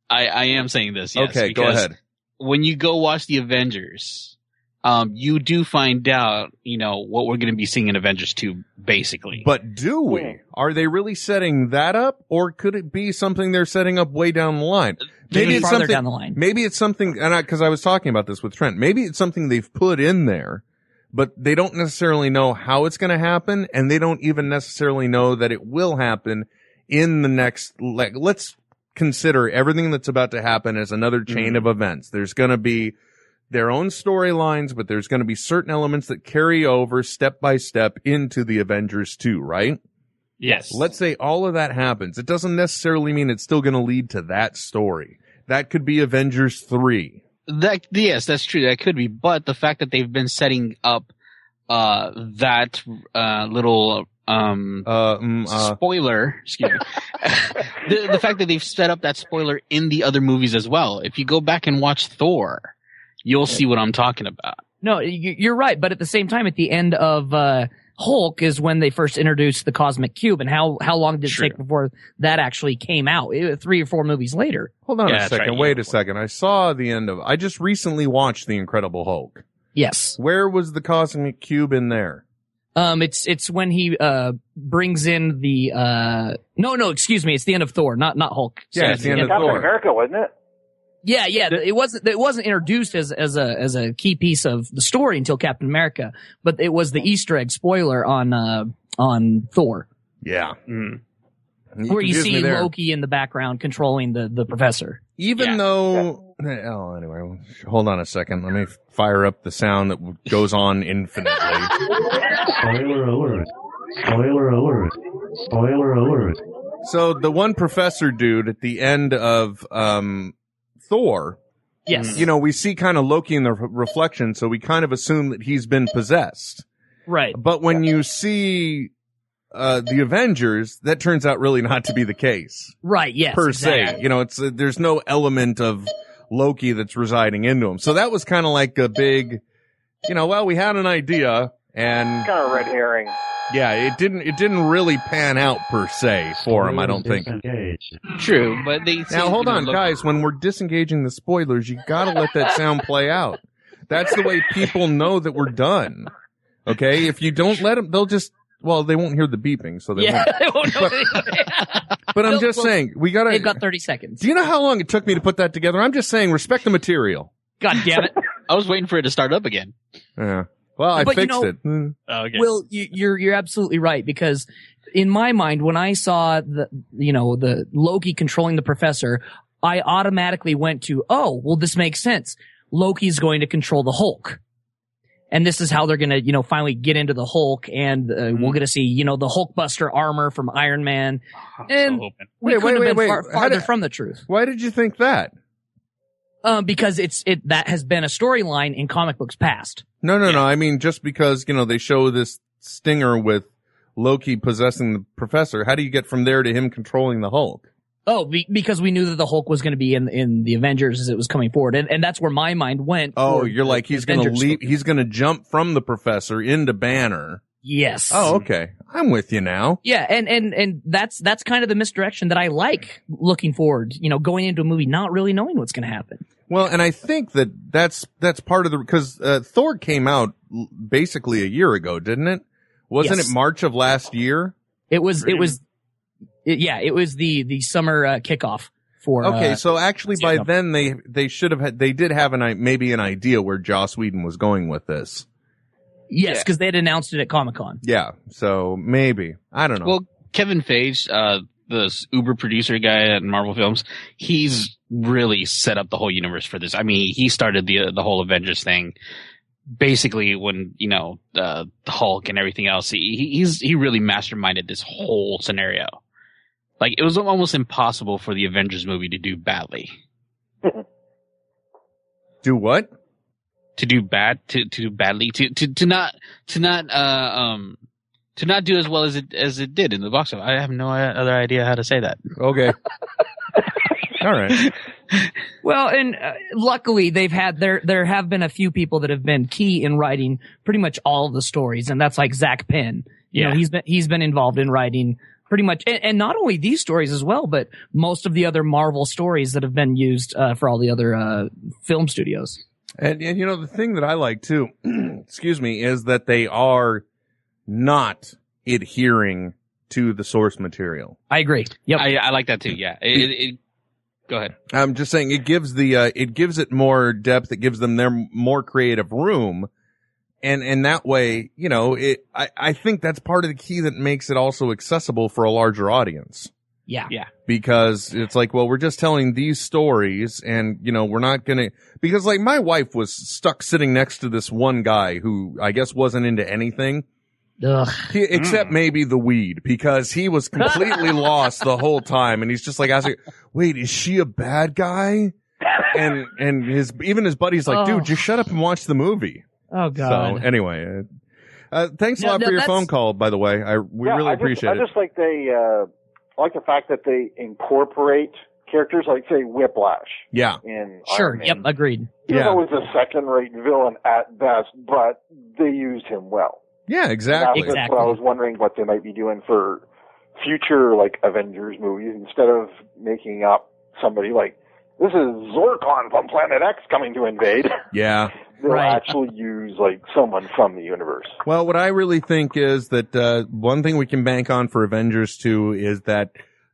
I, I am saying this. Yes, Okay, go because ahead. When you go watch the Avengers, um, you do find out, you know, what we're going to be seeing in Avengers Two, basically. But do we? Are they really setting that up, or could it be something they're setting up way down the line? Maybe farther something down the line. Maybe it's something, and because I, was talking about this with Trent, maybe it's something they've put in there, but they don't necessarily know how it's going to happen, and they don't even necessarily know that it will happen in the next. Like, let's consider everything that's about to happen as another chain of events. There's going to be their own storylines, but there's going to be certain elements that carry over step by step into the Avengers 2, right? Yes. Let's say all of that happens. It doesn't necessarily mean it's still going to lead to that story. That could be Avengers 3. That yes, that's true. That could be, but the fact that they've been setting up uh that uh little um uh, spoiler, excuse me. the, the fact that they've set up that spoiler in the other movies as well. If you go back and watch Thor, you'll see what I'm talking about. No, you- you're right. But at the same time, at the end of uh, Hulk is when they first introduced the cosmic cube, and how how long did it take before that actually came out? It- three or four movies later. Hold on a second. Wait a second. I saw the end of. I just recently watched The Incredible Hulk. Yes. Where was the cosmic cube in there? Um, it's it's when he uh brings in the uh no no excuse me it's the end of Thor not not Hulk Yeah, Sorry, it's the end of Captain Thor. America, wasn't it? Yeah, yeah. It wasn't it wasn't introduced as as a as a key piece of the story until Captain America, but it was the Easter egg spoiler on uh on Thor, Yeah. where you confused me see there. Loki in the background controlling the the professor. Even though. Oh, anyway. Hold on a second. Let me fire up the sound that goes on infinitely. Spoiler alert. Spoiler alert. Spoiler alert. So the one professor dude at the end of um Thor. Yes. You know, we see kind of Loki in the re- reflection, so we kind of assume that he's been possessed. Right. But when you see uh the Avengers, that turns out really not to be the case. Right. Yes. per se. exactly. You know, it's uh, there's no element of Loki that's residing into him. So that was kind of like a big you know, well, we had an idea and Kind of a red herring. yeah, it didn't it didn't really pan out per se for him, I don't think. True, but they Now hold on, guys. When we're disengaging the spoilers, you gotta let that sound play out. That's the way people know that we're done. Okay, if you don't let them, they'll just well, they won't hear the beeping, so they Yeah. won't. I don't know. But I'm just saying, we gotta. They've got thirty seconds. Do you know how long it took me to put that together? I'm just saying, respect the material. God damn it! I was waiting for it to start up again. Yeah. Well, I But you fixed know- it. Hmm. Well, you, you're you're absolutely right because in my mind, when I saw the you know the Loki controlling the professor, I automatically went to oh well this makes sense. Loki's going to control the Hulk, and this is how they're going to you know finally get into the Hulk, and uh, Mm-hmm. we're going to see you know the Hulkbuster armor from Iron Man, and we Wait, could wait, have been wait, far, wait. How farther did- from the truth. Why did you think that? Um, because it's it that has been a storyline in comic books past. No, no, no. I mean, just because you know they show this stinger with Loki possessing the professor, how do you get from there to him controlling the Hulk? Oh, be, because we knew that the Hulk was going to be in in the Avengers as it was coming forward, and and that's where my mind went. Oh, toward you're like the he's going to Avengers leap. He's going to jump from the professor into Banner. Yes. Oh, okay. I'm with you now. Yeah, and and and that's that's kind of the misdirection that I like looking forward. You know, going into a movie not really knowing what's going to happen. Well, and I think that that's that's part of the because uh, Thor came out l- basically a year ago, didn't it? Wasn't Yes. it March of last year? It was it was, it- yeah, it was the the summer uh, kickoff for. Okay, uh, so actually by then they they should have had they did have an i- maybe an idea where Joss Whedon was going with this. yes, because they had announced it at Comic Con. Yeah, so maybe I don't know. Well, Kevin Feige, uh, the Uber producer guy at Marvel Films, he's really set up the whole universe for this. I mean, he started the the whole Avengers thing basically when you know uh, the Hulk and everything else. He, he's he really masterminded this whole scenario. Like it was almost impossible for the Avengers movie to do badly. do what? To do bad to, to do badly to, to to not to not uh um to not do as well as it as it did in the box office. I have no other idea how to say that. Okay. All right. Well, and uh, luckily they've had there there have been a few people that have been key in writing pretty much all of the stories, and that's like Zach Penn. You know, Yeah. he's been he's been involved in writing pretty much, and, and not only these stories as well, but most of the other Marvel stories that have been used uh, for all the other uh, film studios. And, and you know, the thing that I like too, excuse me, is that they are not adhering to the source material. I agree. Yep. I, I like that too. Yeah. It, it, it- go ahead. I'm just saying it gives the, uh, it gives it more depth. It gives them their m- more creative room. And, and that way, you know, it, I, I think that's part of the key that makes it also accessible for a larger audience. Yeah. Yeah. because it's like, well, we're just telling these stories and, you know, we're not going to, because like my wife was stuck sitting next to this one guy who I guess wasn't into anything. Ugh. He, except maybe the weed because he was completely lost the whole time. And he's just like, I was like, wait, is she a bad guy? And, and his, even his buddy's like, Oh. dude, just shut up and watch the movie. Oh So anyway, uh, uh, thanks a No, lot no, for your that's- phone call, by the way. I, we Yeah, really I just, appreciate I it. just like they, uh, I like the fact that they incorporate characters like say Whiplash. Yeah. In Sure. Iron Man. Yep. Agreed. He was always a second-rate villain at best, but they used him well. Yeah, That's exactly. That's what I was wondering what they might be doing for future like Avengers movies instead of making up somebody like this is Zorkon from Planet X coming to invade. Yeah. They'll actually use like someone from the universe. Well, what I really think is that uh, one thing we can bank on for Avengers 2 is that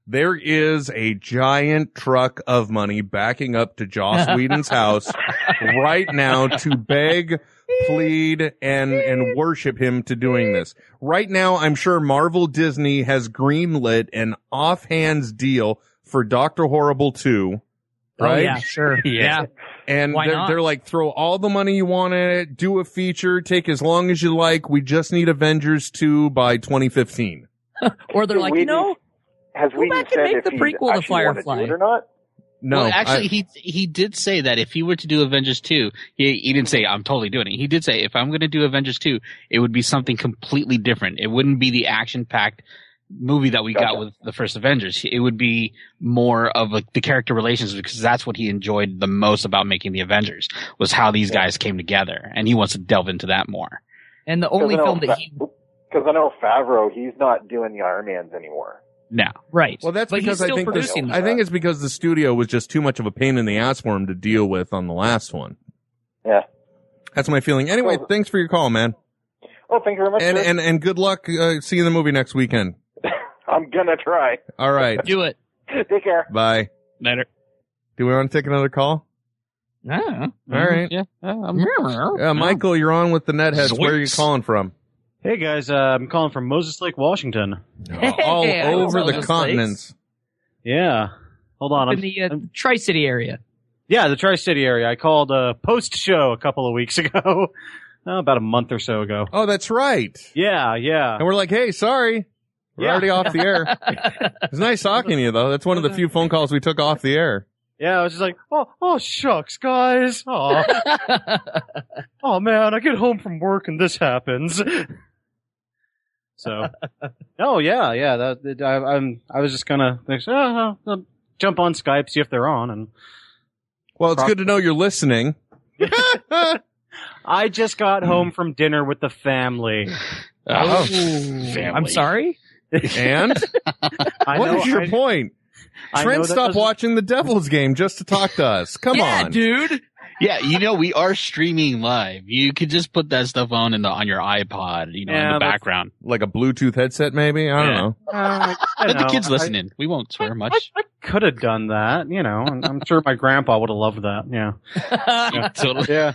there is a giant truck of money backing up to Joss Whedon's house right now to beg, plead, and and worship him to doing this. Right now, I'm sure Marvel Disney has greenlit an offhands deal for Doctor Horrible 2. Oh, Right? yeah, sure. Yeah. And Why they're, not? they're like, throw all the money you want at it, do a feature, take as long as you like. We just need Avengers 2 by 2015. Or they're like, you know, Has go back and make the prequel to Firefly. or not? No, well, actually, I- he he did say that if he were to do Avengers two, he he didn't say I'm totally doing it. He did say if I'm going to do Avengers two, it would be something completely different. It wouldn't be the action packed movie that we got with the first Avengers. It would be more of like the character relations because that's what he enjoyed the most about making the Avengers was how these guys came together, and he wants to delve into that more. And the only film that he because I know Favreau, he's not doing the Iron Man's anymore. No. Right. Well, that's But he's because I still think this, producing I think it's because the studio was just too much of a pain in the ass for him to deal with on the last one. Yeah. That's my feeling. Anyway, thanks for your call, man. Oh, thank you very much. And sir. and and good luck uh, seeing the movie next weekend. I'm gonna try. All right. Do it. Take care. Bye. Later. Do we want to take another call? No. All right. Yeah. Uh, Michael, you're on with the Netheads. Where are you Zoinks. calling from? Hey guys, uh, I'm calling from Moses Lake, Washington. All over the continents. Yeah. Hold on. in the uh, Tri City area. Yeah, the Tri City area. I called uh, post show a couple of weeks ago, oh, about a month or so ago. Oh, that's right. Uh, Yeah, yeah. And we're like, hey, sorry. We're Yeah. already off the air. it's nice talking to you, though. That's one of the few phone calls we took off the air. Yeah, I was just like, oh, oh, shucks, guys. Oh, oh man, I get home from work and this happens. So, oh yeah, yeah. That, that- I, I'm. I was just gonna like, oh, oh, oh, jump on Skype, see if they're on, and Well, it's good to know you're listening. I just got home from dinner with the family. Oh, I'm sorry. And I what know- is your I- point? I know Trent that stopped doesn't- watching the Devils game just to talk to us. Come on. dude. Yeah, you know we are streaming live. You could just put that stuff on in the on your iPod, you know, in Yeah, the that's- background. Like a Bluetooth headset, maybe? I don't Yeah. know. Uh, I Let the know, kids I- listen in. We won't swear much. could have done that, you know. and I'm sure my grandpa would have loved that. Yeah. Yeah. Totally. Yeah.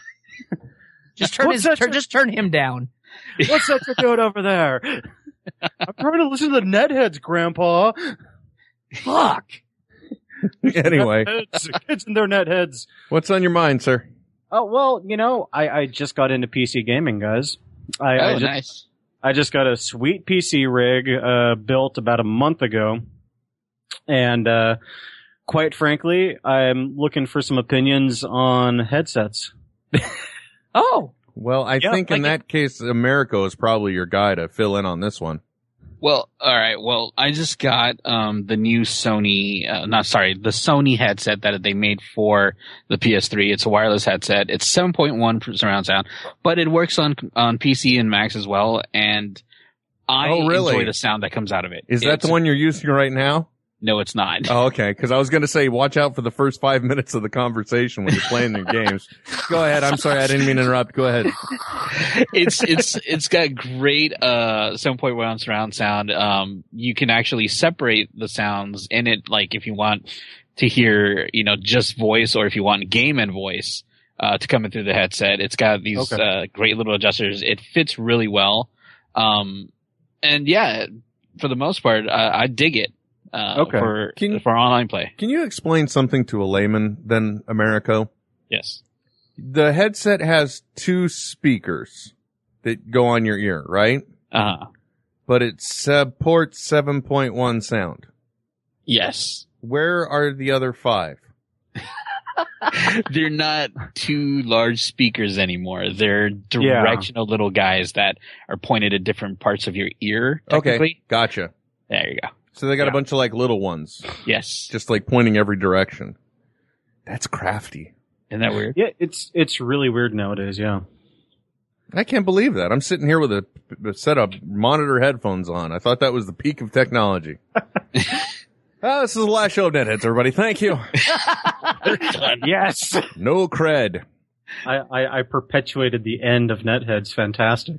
Just turn his, turn, just turn him down. What's that you're doing over there? I'm trying to listen to the Netheads, Grandpa. Fuck. anyway, Netheads. Kids and their Netheads. what's on your mind, sir? Oh well, you know, I, I just got into PC gaming, guys. I, I Oh, just, nice. I just got a sweet PC rig uh, built about a month ago, and uh, quite frankly, I'm looking for some opinions on headsets. Oh. Well, I Yeah, think in like that case, Americo is probably your guy to fill in on this one. Well, all right. Well, I just got um the new Sony, uh, not sorry, the Sony headset that they made for the PS3. It's a wireless headset. It's 7.1 for surround sound, but it works on on PC and Macs as well. And I Oh, really? enjoy the sound that comes out of it. Is that It's- the one you're using right now? No, it's not. Oh, okay. Because I was going to say, watch out for the first five minutes of the conversation when you're playing your games. Go ahead. I'm sorry, I didn't mean to interrupt. Go ahead. it's it's it's got great uh 7.1 surround sound. Um, you can actually separate the sounds in it, like if you want to hear you know just voice or if you want game and voice uh to come in through the headset. It's got these Okay. uh great little adjusters. It fits really well. Um, and yeah, for the most part, I, I dig it. Uh, Okay. for for online play. Can you explain something to a layman then, Americo? Yes. The headset has two speakers that go on your ear, right? Uh huh. But it supports 7.1 sound. Yes. Where are the other five? they're not two large speakers anymore. They're Yeah. directional little guys that are pointed at different parts of your ear. Okay. Technically, Gotcha. there you go. So they got a bunch of like little ones. Yes. Just like pointing every direction. That's crafty. Isn't that weird? Yeah, it's it's really weird nowadays. Yeah. I can't believe that. I'm sitting here with a, a set of monitor headphones on. I thought that was the peak of technology. Ah, this is the last show of Netheads, everybody. Thank you. yes. No cred. I, I, I perpetuated the end of Netheads. Fantastic.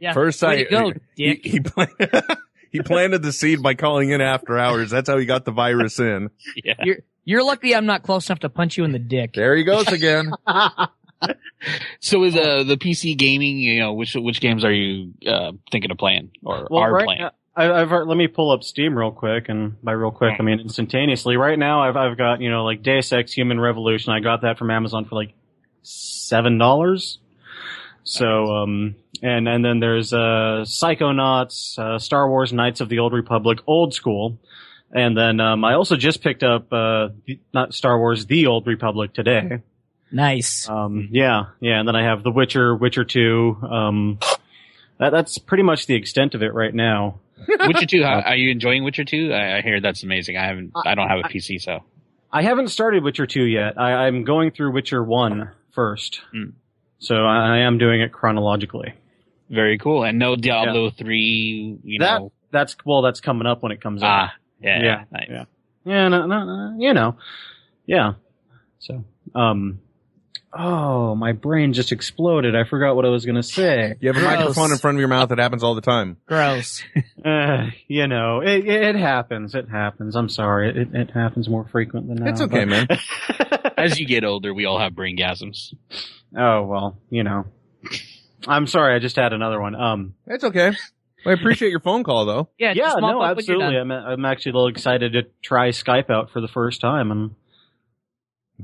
Yeah. First, way I to go, he, Dick. he, pla- he planted the seed by calling in after hours. That's how he got the virus in. Yeah. You're you're lucky I'm not close enough to punch you in the dick. There he goes again. So with uh, the PC gaming, you know, which which games are you uh, thinking of playing or Well, are right playing? now- I, I've let me pull up Steam real quick, and by real quick, I mean instantaneously. Right now, I've I've got you know like Deus Ex: Human Revolution. I got that from Amazon for like seven dollars. So um and and then there's uh Psychonauts, uh, Star Wars Knights of the Old Republic, old school. And then um I also just picked up uh the- not Star Wars The Old Republic today. Nice. Um yeah, yeah, and then I have The Witcher, Witcher 2. Um that, that's pretty much the extent of it right now. Witcher Two? How, are you enjoying Witcher Two? I, I hear that's amazing. I haven't. I don't have a PC, so I haven't started Witcher 2 yet. I, I'm going through Witcher 1 first. Hmm. So I, I am doing it chronologically. very cool. And no Diablo Yeah. Three. You That- know. That's well, that's coming up when it comes out. Ah, yeah, Yeah, nice. yeah. Yeah, no, no, no, you know. Yeah. So, um, oh, my brain just exploded. I forgot what I was going to say. You have a microphone in front of your mouth. It happens all the time. Gross. Uh, you know, it, it happens. It happens. I'm sorry. It, it happens more frequent than now. It's okay, but- man. As you get older, we all have brain gasms. Oh, well, you know. I'm sorry. I just had another one. Um, It's okay. I appreciate your phone call, though. Yeah, yeah, just mop no, up when you're absolutely. done. I'm, I'm actually a little excited to try Skype out for the first time. And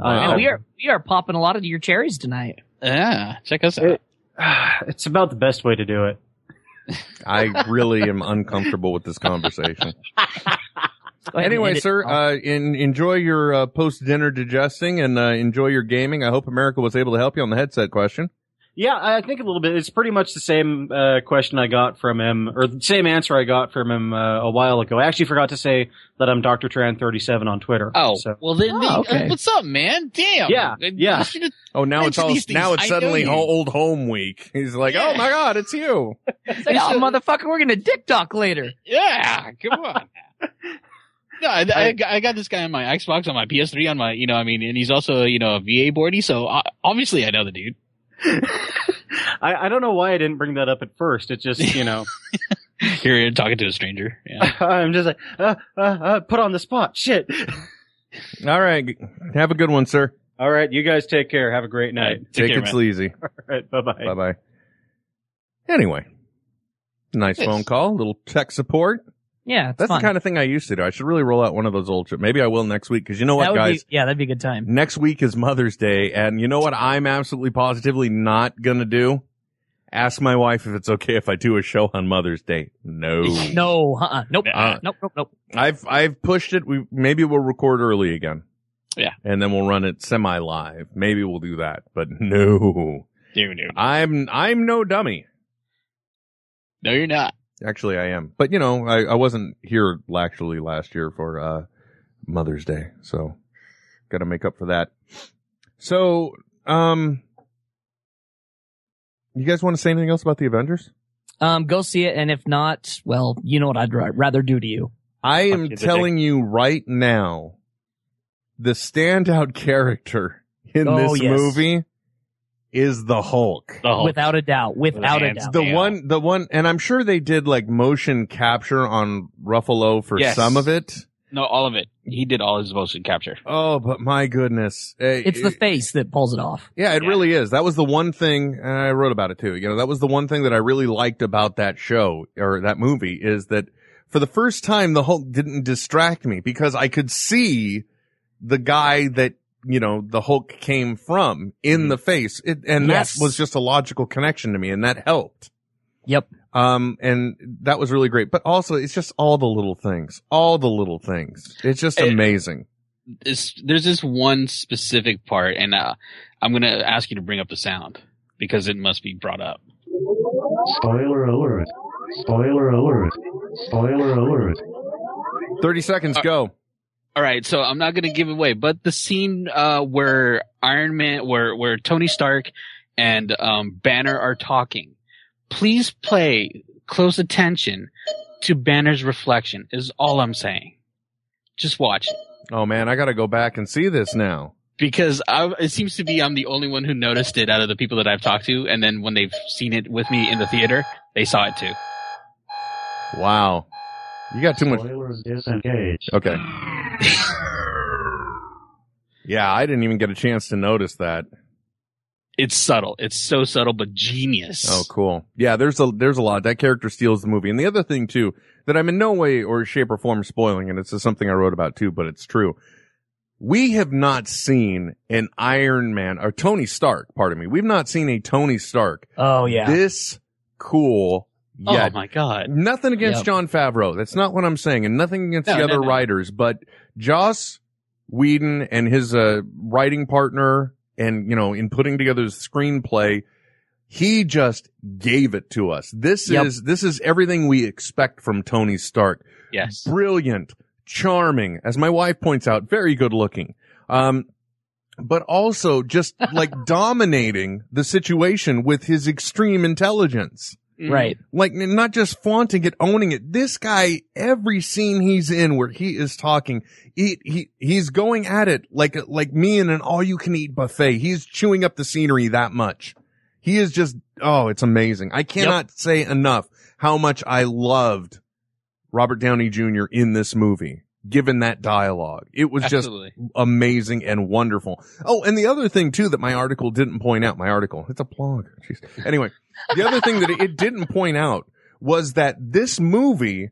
And we are we are popping a lot of your cherries tonight. Yeah, check us out. it's about the best way to do it. I really am uncomfortable with this conversation. ahead and anyway, end it. Oh. sir, uh, in, enjoy your uh, post dinner digesting and uh, enjoy your gaming. I hope America was able to help you on the headset question. Yeah, I think a little bit. It's pretty much the same uh, question I got from him, or the same answer I got from him uh, a while ago. I actually forgot to say that I'm Dr. Tran37 on Twitter. Oh, so. well then, Oh, then- okay. what's up, man? Damn. Yeah, I- yeah. you should've- Oh, now it's Mention all these things. now I it's know suddenly you. ho- old home week. He's like, Yeah. oh my god, it's you. It's like, oh, motherfucker, we're gonna dick talk later. Yeah, come on. No, I, I, I got this guy on my Xbox, on my PS3, on my, you know, I mean, and he's also, you know, a VA boardy, so uh, obviously I know the dude. I, I don't know why I didn't bring that up at first. It just, you know, Here you're talking to a stranger. Yeah. I'm just like, uh, uh, uh, put on the spot. Shit. All right, g- have a good one, sir. All right, you guys take care. Have a great night. Take it sleazy. All right, bye bye. Bye bye. Anyway, nice Yes. phone call, little tech support. Yeah, it's That's fun. the kind of thing I used to do. I should really roll out one of those old. Maybe I will next week because you know what, that would guys. be, yeah, that'd be a good time. next week is Mother's Day, and you know what I'm absolutely positively not gonna do? Ask my wife if it's okay if I do a show on Mother's Day. No. No, uh-uh. nope, Uh, nope, nope, nope. I've I've pushed it. We maybe we'll record early again. Yeah. And then we'll run it semi live. Maybe we'll do that. But no. Dude, dude. I'm I'm no dummy. No, you're not. Actually I am. But you know, I, I wasn't here actually last year for uh Mother's Day, so gotta make up for that. So um you guys want to say anything else about the Avengers? Um, go see it, and if not, well, you know what I'd ra- rather do to you. I am you, the telling you right now, the standout character in Oh, this yes. movie is the Hulk. The Hulk. Without a doubt, without a Hands doubt. The Yeah. one, the one, and I'm sure they did like motion capture on Ruffalo for Yes. some of it. No, all of it. He did all his motion capture. Oh, but my goodness, Eh, It's the eh, face that pulls it off. Yeah, it Yeah. really is. That was the one thing and I wrote about it too. You know, that was the one thing that I really liked about that show or that movie is that for the first time the Hulk didn't distract me because I could see the guy that, you know, the Hulk came from in the face. It, and Yes. that was just a logical connection to me and that helped. Yep. Um, and that was really great. But also it's just all the little things, all the little things. It's just Eh, amazing. It's, there's this one specific part, and uh, I'm going to ask you to bring up the sound because it must be brought up. Spoiler alert. Spoiler alert. Spoiler alert. 30 seconds, go. All right, so I'm not going to give away, but the scene uh, where Iron Man, where where Tony Stark and um, Banner are talking, please play close attention to Banner's reflection. Is all I'm saying. Just watch it Oh man, I gotta go back and see this now. because I, it seems to be I'm the only one who noticed it out of the people that I've talked to, and then when they've seen it with me in the theater, they saw it too. Wow. You got too much. Spoilers disengaged. Okay. yeah, I didn't even get a chance to notice that. It's subtle. It's so subtle, but genius. Oh, cool. Yeah, there's a there's a lot. That character steals the movie. And the other thing too, that I'm in no way or shape or form spoiling, and it's just something I wrote about too, but it's true. We have not seen an Iron Man or Tony Stark, pardon me. We've not seen a Tony Stark. Oh yeah. This cool Oh yet. my god. Nothing against Yep. John Favreau. That's not what I'm saying, and nothing against No, the no, other no. writers. But Joss Whedon and his uh, writing partner, and you know, in putting together the screenplay, he just gave it to us. This Yep. is this is everything we expect from Tony Stark. Yes. Brilliant, charming, as my wife points out, very good looking. Um, but also just like dominating the situation with his extreme intelligence. Right. Like n- not just flaunting it, owning it. This guy, every scene he's in where he is talking, he, he, he's going at it like, like me in an all you can eat buffet. He's chewing up the scenery that much. He is just, oh, it's amazing. I cannot say enough how much I loved Robert Downey Jr. in this movie, given that dialogue. It was Absolutely. just amazing and wonderful. Oh, and the other thing too that my article didn't point out, my article, it's a blog. Jeez. Anyway, the other thing that it didn't point out was that this movie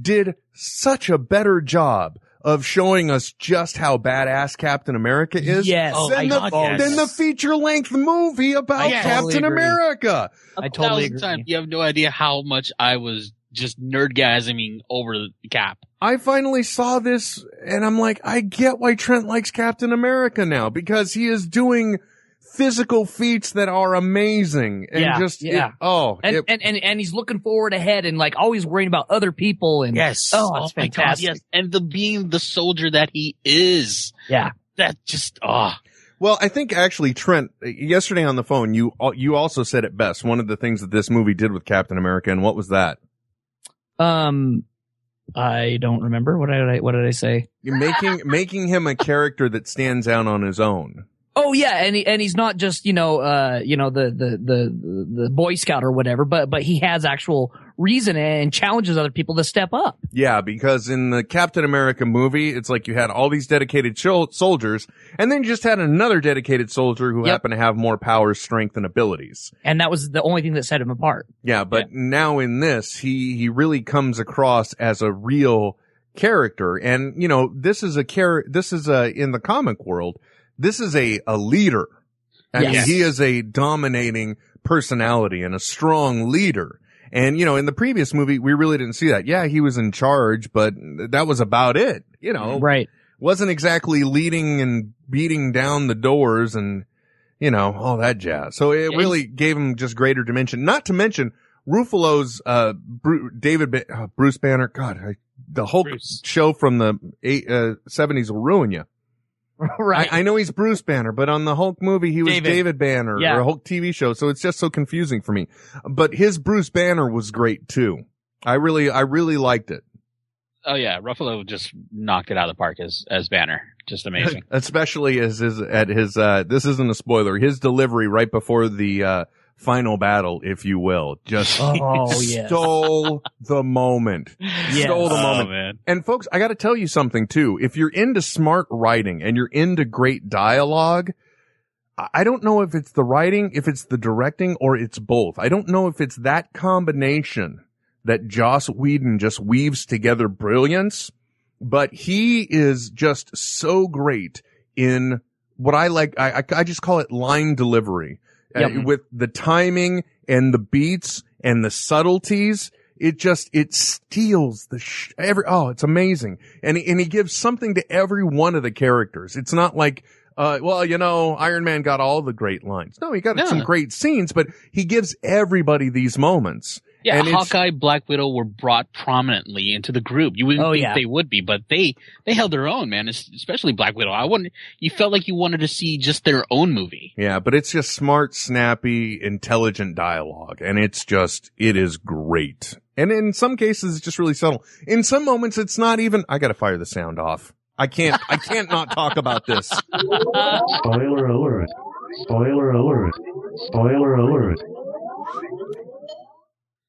did such a better job of showing us just how badass Captain America is Yes. Oh than, my the, God, than the yes. feature length movie about Yes. Captain Totally agree. America. I thousand times. You have no idea how much I was just nerdgasming over the cap. I finally saw this and I'm like, I get why Trent likes Captain America now because he is doing physical feats that are amazing and yeah, just, it- yeah. oh, and, it- and and and he's looking forward ahead and like always worrying about other people and Yes. Oh, it's my God, fantastic. yes. And the being the soldier that he is. Yeah. That just ah. Well, I think actually, Trent, yesterday on the phone, you you also said it best. One of the things that this movie did with Captain America, and what was that? Um, I don't remember what did I what did I say? Making making him a character that stands out on his own. Oh yeah, and he, and he's not just you know uh you know the the the the Boy Scout or whatever, but but he has actual reason and challenges other people to step up. Yeah, because in the Captain America movie, it's like you had all these dedicated chol- soldiers, and then you just had another dedicated soldier who happened to have more powers, strength, and abilities. And that was the only thing that set him apart. Yeah, but now in this, he he really comes across as a real character, and you know, this is a char- This is a in the comic world, this is a a leader. I Yes. mean, he is a dominating personality and a strong leader. And you know, in the previous movie, we really didn't see that. Yeah, he was in charge, but that was about it. You know, right? Wasn't exactly leading and beating down the doors and you know, all that jazz. So it really gave him just greater dimension. Not to mention Ruffalo's, uh, Bru- David, ba- uh, Bruce Banner. God, I, the Hulk show from the eight, uh, 70s will ruin you. right. I, I know he's Bruce Banner, but on the Hulk movie, he was David, David. Banner Yeah. or a Hulk TV show. So it's just so confusing for me. But his Bruce Banner was great too. I really, I really liked it, Oh yeah, Ruffalo just knocked it out of the park as as Banner. Just amazing. especially as his, at his, uh, this isn't a spoiler, his delivery right before the, uh, final battle, if you will, just Oh, yes. stole the moment. Stole the Oh, moment. man. And folks, I got to tell you something too. If you're into smart writing and you're into great dialogue, I I don't know if it's the writing, if it's the directing, or it's both. I don't know if it's that combination that Joss Whedon just weaves together brilliance, but he is just so great in what I like. I, I, I just call it line delivery Uh, Yep. with the timing and the beats and the subtleties. It just, it steals the sh- every, oh, it's amazing. And he, and he gives something to every one of the characters. It's not like, uh, well, you know, Iron Man got all the great lines. No, he got No. some great scenes, but he gives everybody these moments. Yeah, And it's- Hawkeye, Black Widow were brought prominently into the group. You wouldn't Oh, think yeah. they would be, but they they held their own, man. es- Especially Black Widow. I wouldn't. You felt like you wanted to see just their own movie. Yeah, but it's just smart, snappy, intelligent dialogue, and it's just it is great. And in some cases, it's just really subtle. In some moments, it's not even. I gotta fire the sound off. I can't. I can't not talk about this. Spoiler alert. Spoiler alert. Spoiler alert.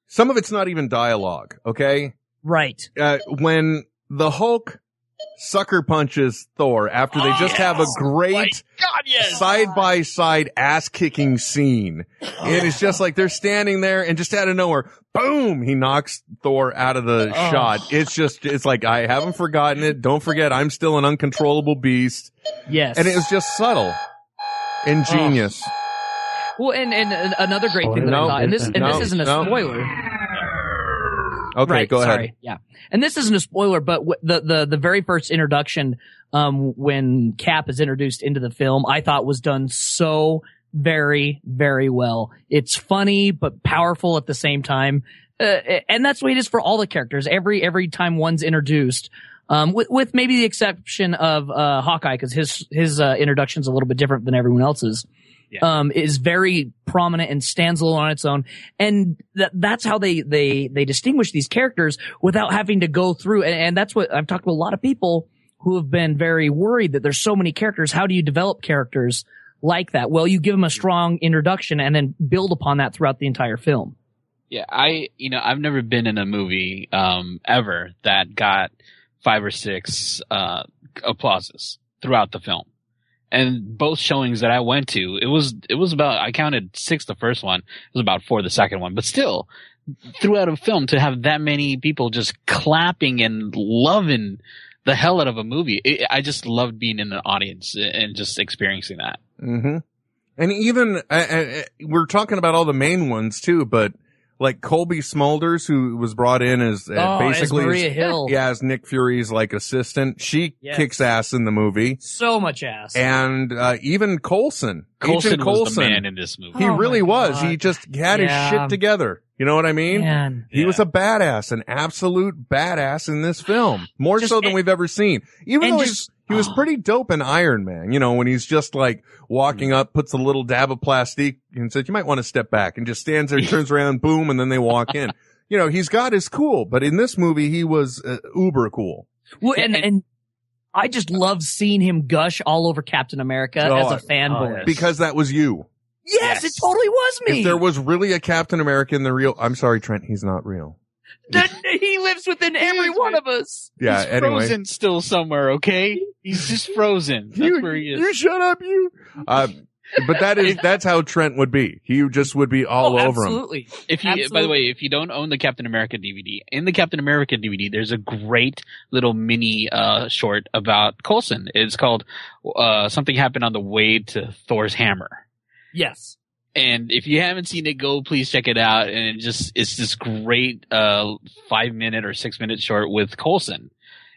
Some of it's not even dialogue. Okay. Right. Uh, when the Hulk sucker punches Thor after they just have Oh a great side by side ass kicking scene. And it's just like they're standing there and just out of nowhere, boom, he knocks Thor out of the Oh. shot. It's just, it's like, I haven't forgotten it. Don't forget, I'm still an uncontrollable beast. Yes. And it was just subtle. Ingenious. Well, and, and, and another great thing that I Spoiler. thought, and this and Oh, No, this isn't a no. spoiler. Okay, right, go sorry. ahead. Yeah, and this isn't a spoiler, but w- the the the very first introduction, um, when Cap is introduced into the film, I thought was done so very very well. It's funny but powerful at the same time, uh, and that's what it is for all the characters. Every every time one's introduced. Um, with, with maybe the exception of uh, Hawkeye, because his his uh, introduction's a little bit different than everyone else's um, is very prominent and stands alone on its own. And that, that's how they, they, they distinguish these characters without having to go through. And, and that's what I've talked to a lot of people who have been very worried that there's so many characters. How do you develop characters like that? Well, you give them a strong introduction and then build upon that throughout the entire film. Yeah, I you know I've never been in a movie um ever that got five or six uh applauses throughout the film. And both showings that I went to, it was it was about I counted six the first one, it was about four the second one, but still throughout a film to have that many people just clapping and loving the hell out of a movie. It, I just loved being in the audience and just experiencing that. Mm-hmm. And even uh, uh, we're talking about all the main ones too, but like Colby Smulders, who was brought in as uh, Oh, as basically Maria Hill. yeah, as Nick Fury's like assistant. She Yes. kicks ass in the movie, So much ass. and uh, even Colson, Coulson Agent was the Coulson, man in this movie. He Oh really my was. God. He just had his Yeah. shit together. You know what I mean? Man. He was a badass, an absolute badass in this film, more so than we've ever seen. Even and though just- he's, he was pretty dope in Iron Man, you know, when he's just like walking up, puts a little dab of plastique and says, you might want to step back and just stands there, turns around, boom, and then they walk in. You know, he's got his cool, but in this movie, he was uh, uber cool. Well, and, and I just love seeing him gush all over Captain America Oh, as a fanboy. Because that was you. yes, it totally was me. If there was really a Captain America in the real, I'm sorry, Trent, he's not real. he lives within every one of us. Yeah, He's anyway. frozen still somewhere, okay? He's just frozen. That's where he is. you shut up, you. Uh, but that is, that's how Trent would be. He just would be Oh, all over him. Absolutely. If you, by the way, if you don't own the Captain America DVD, in the Captain America DVD, there's a great little mini uh, short about Coulson. It's called uh, "Something Happened on the Way to Thor's Hammer." Yes. And if you haven't seen it, go please check it out. And it just it's this great uh, five minute or six minute short with Coulson.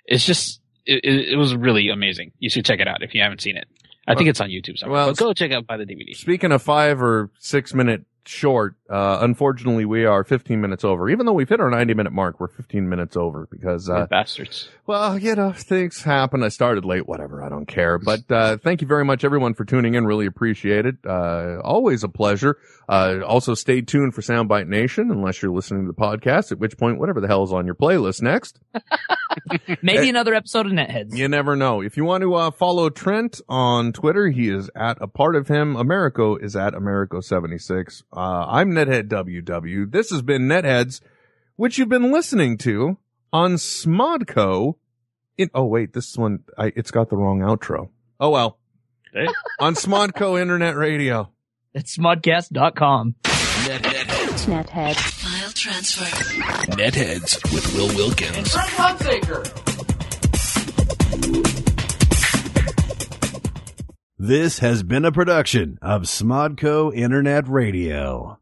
It's just it, it, it was really amazing. You should check it out if you haven't seen it. I think Well- it's on YouTube somewhere. well, but go check out by the DVD. Speaking of five or six minute short, uh, unfortunately we are 15 minutes over. Even though we've hit our 90 minute mark, we're 15 minutes over because, uh, You bastards. well, you know, things happen. I started late, whatever. I don't care. But, uh, thank you very much everyone for tuning in. Really appreciate it. Uh, always a pleasure. Uh, also stay tuned for Soundbite Nation unless you're listening to the podcast, at which point, whatever the hell is on your playlist next. Maybe another episode of Netheads. You never know. If you want to uh, follow Trent on Twitter, he is at a part of him. Americo is at Americo76. Uh, I'm Nethead WW. This has been Netheads, which you've been listening to on Smodco. In oh wait, this one I, it's got the wrong outro. Oh well. on Smodco Internet Radio. It's smodcast.com. Nethead. File transfer. Netheads with Will Wilkins. This has been a production of Smodco Internet Radio.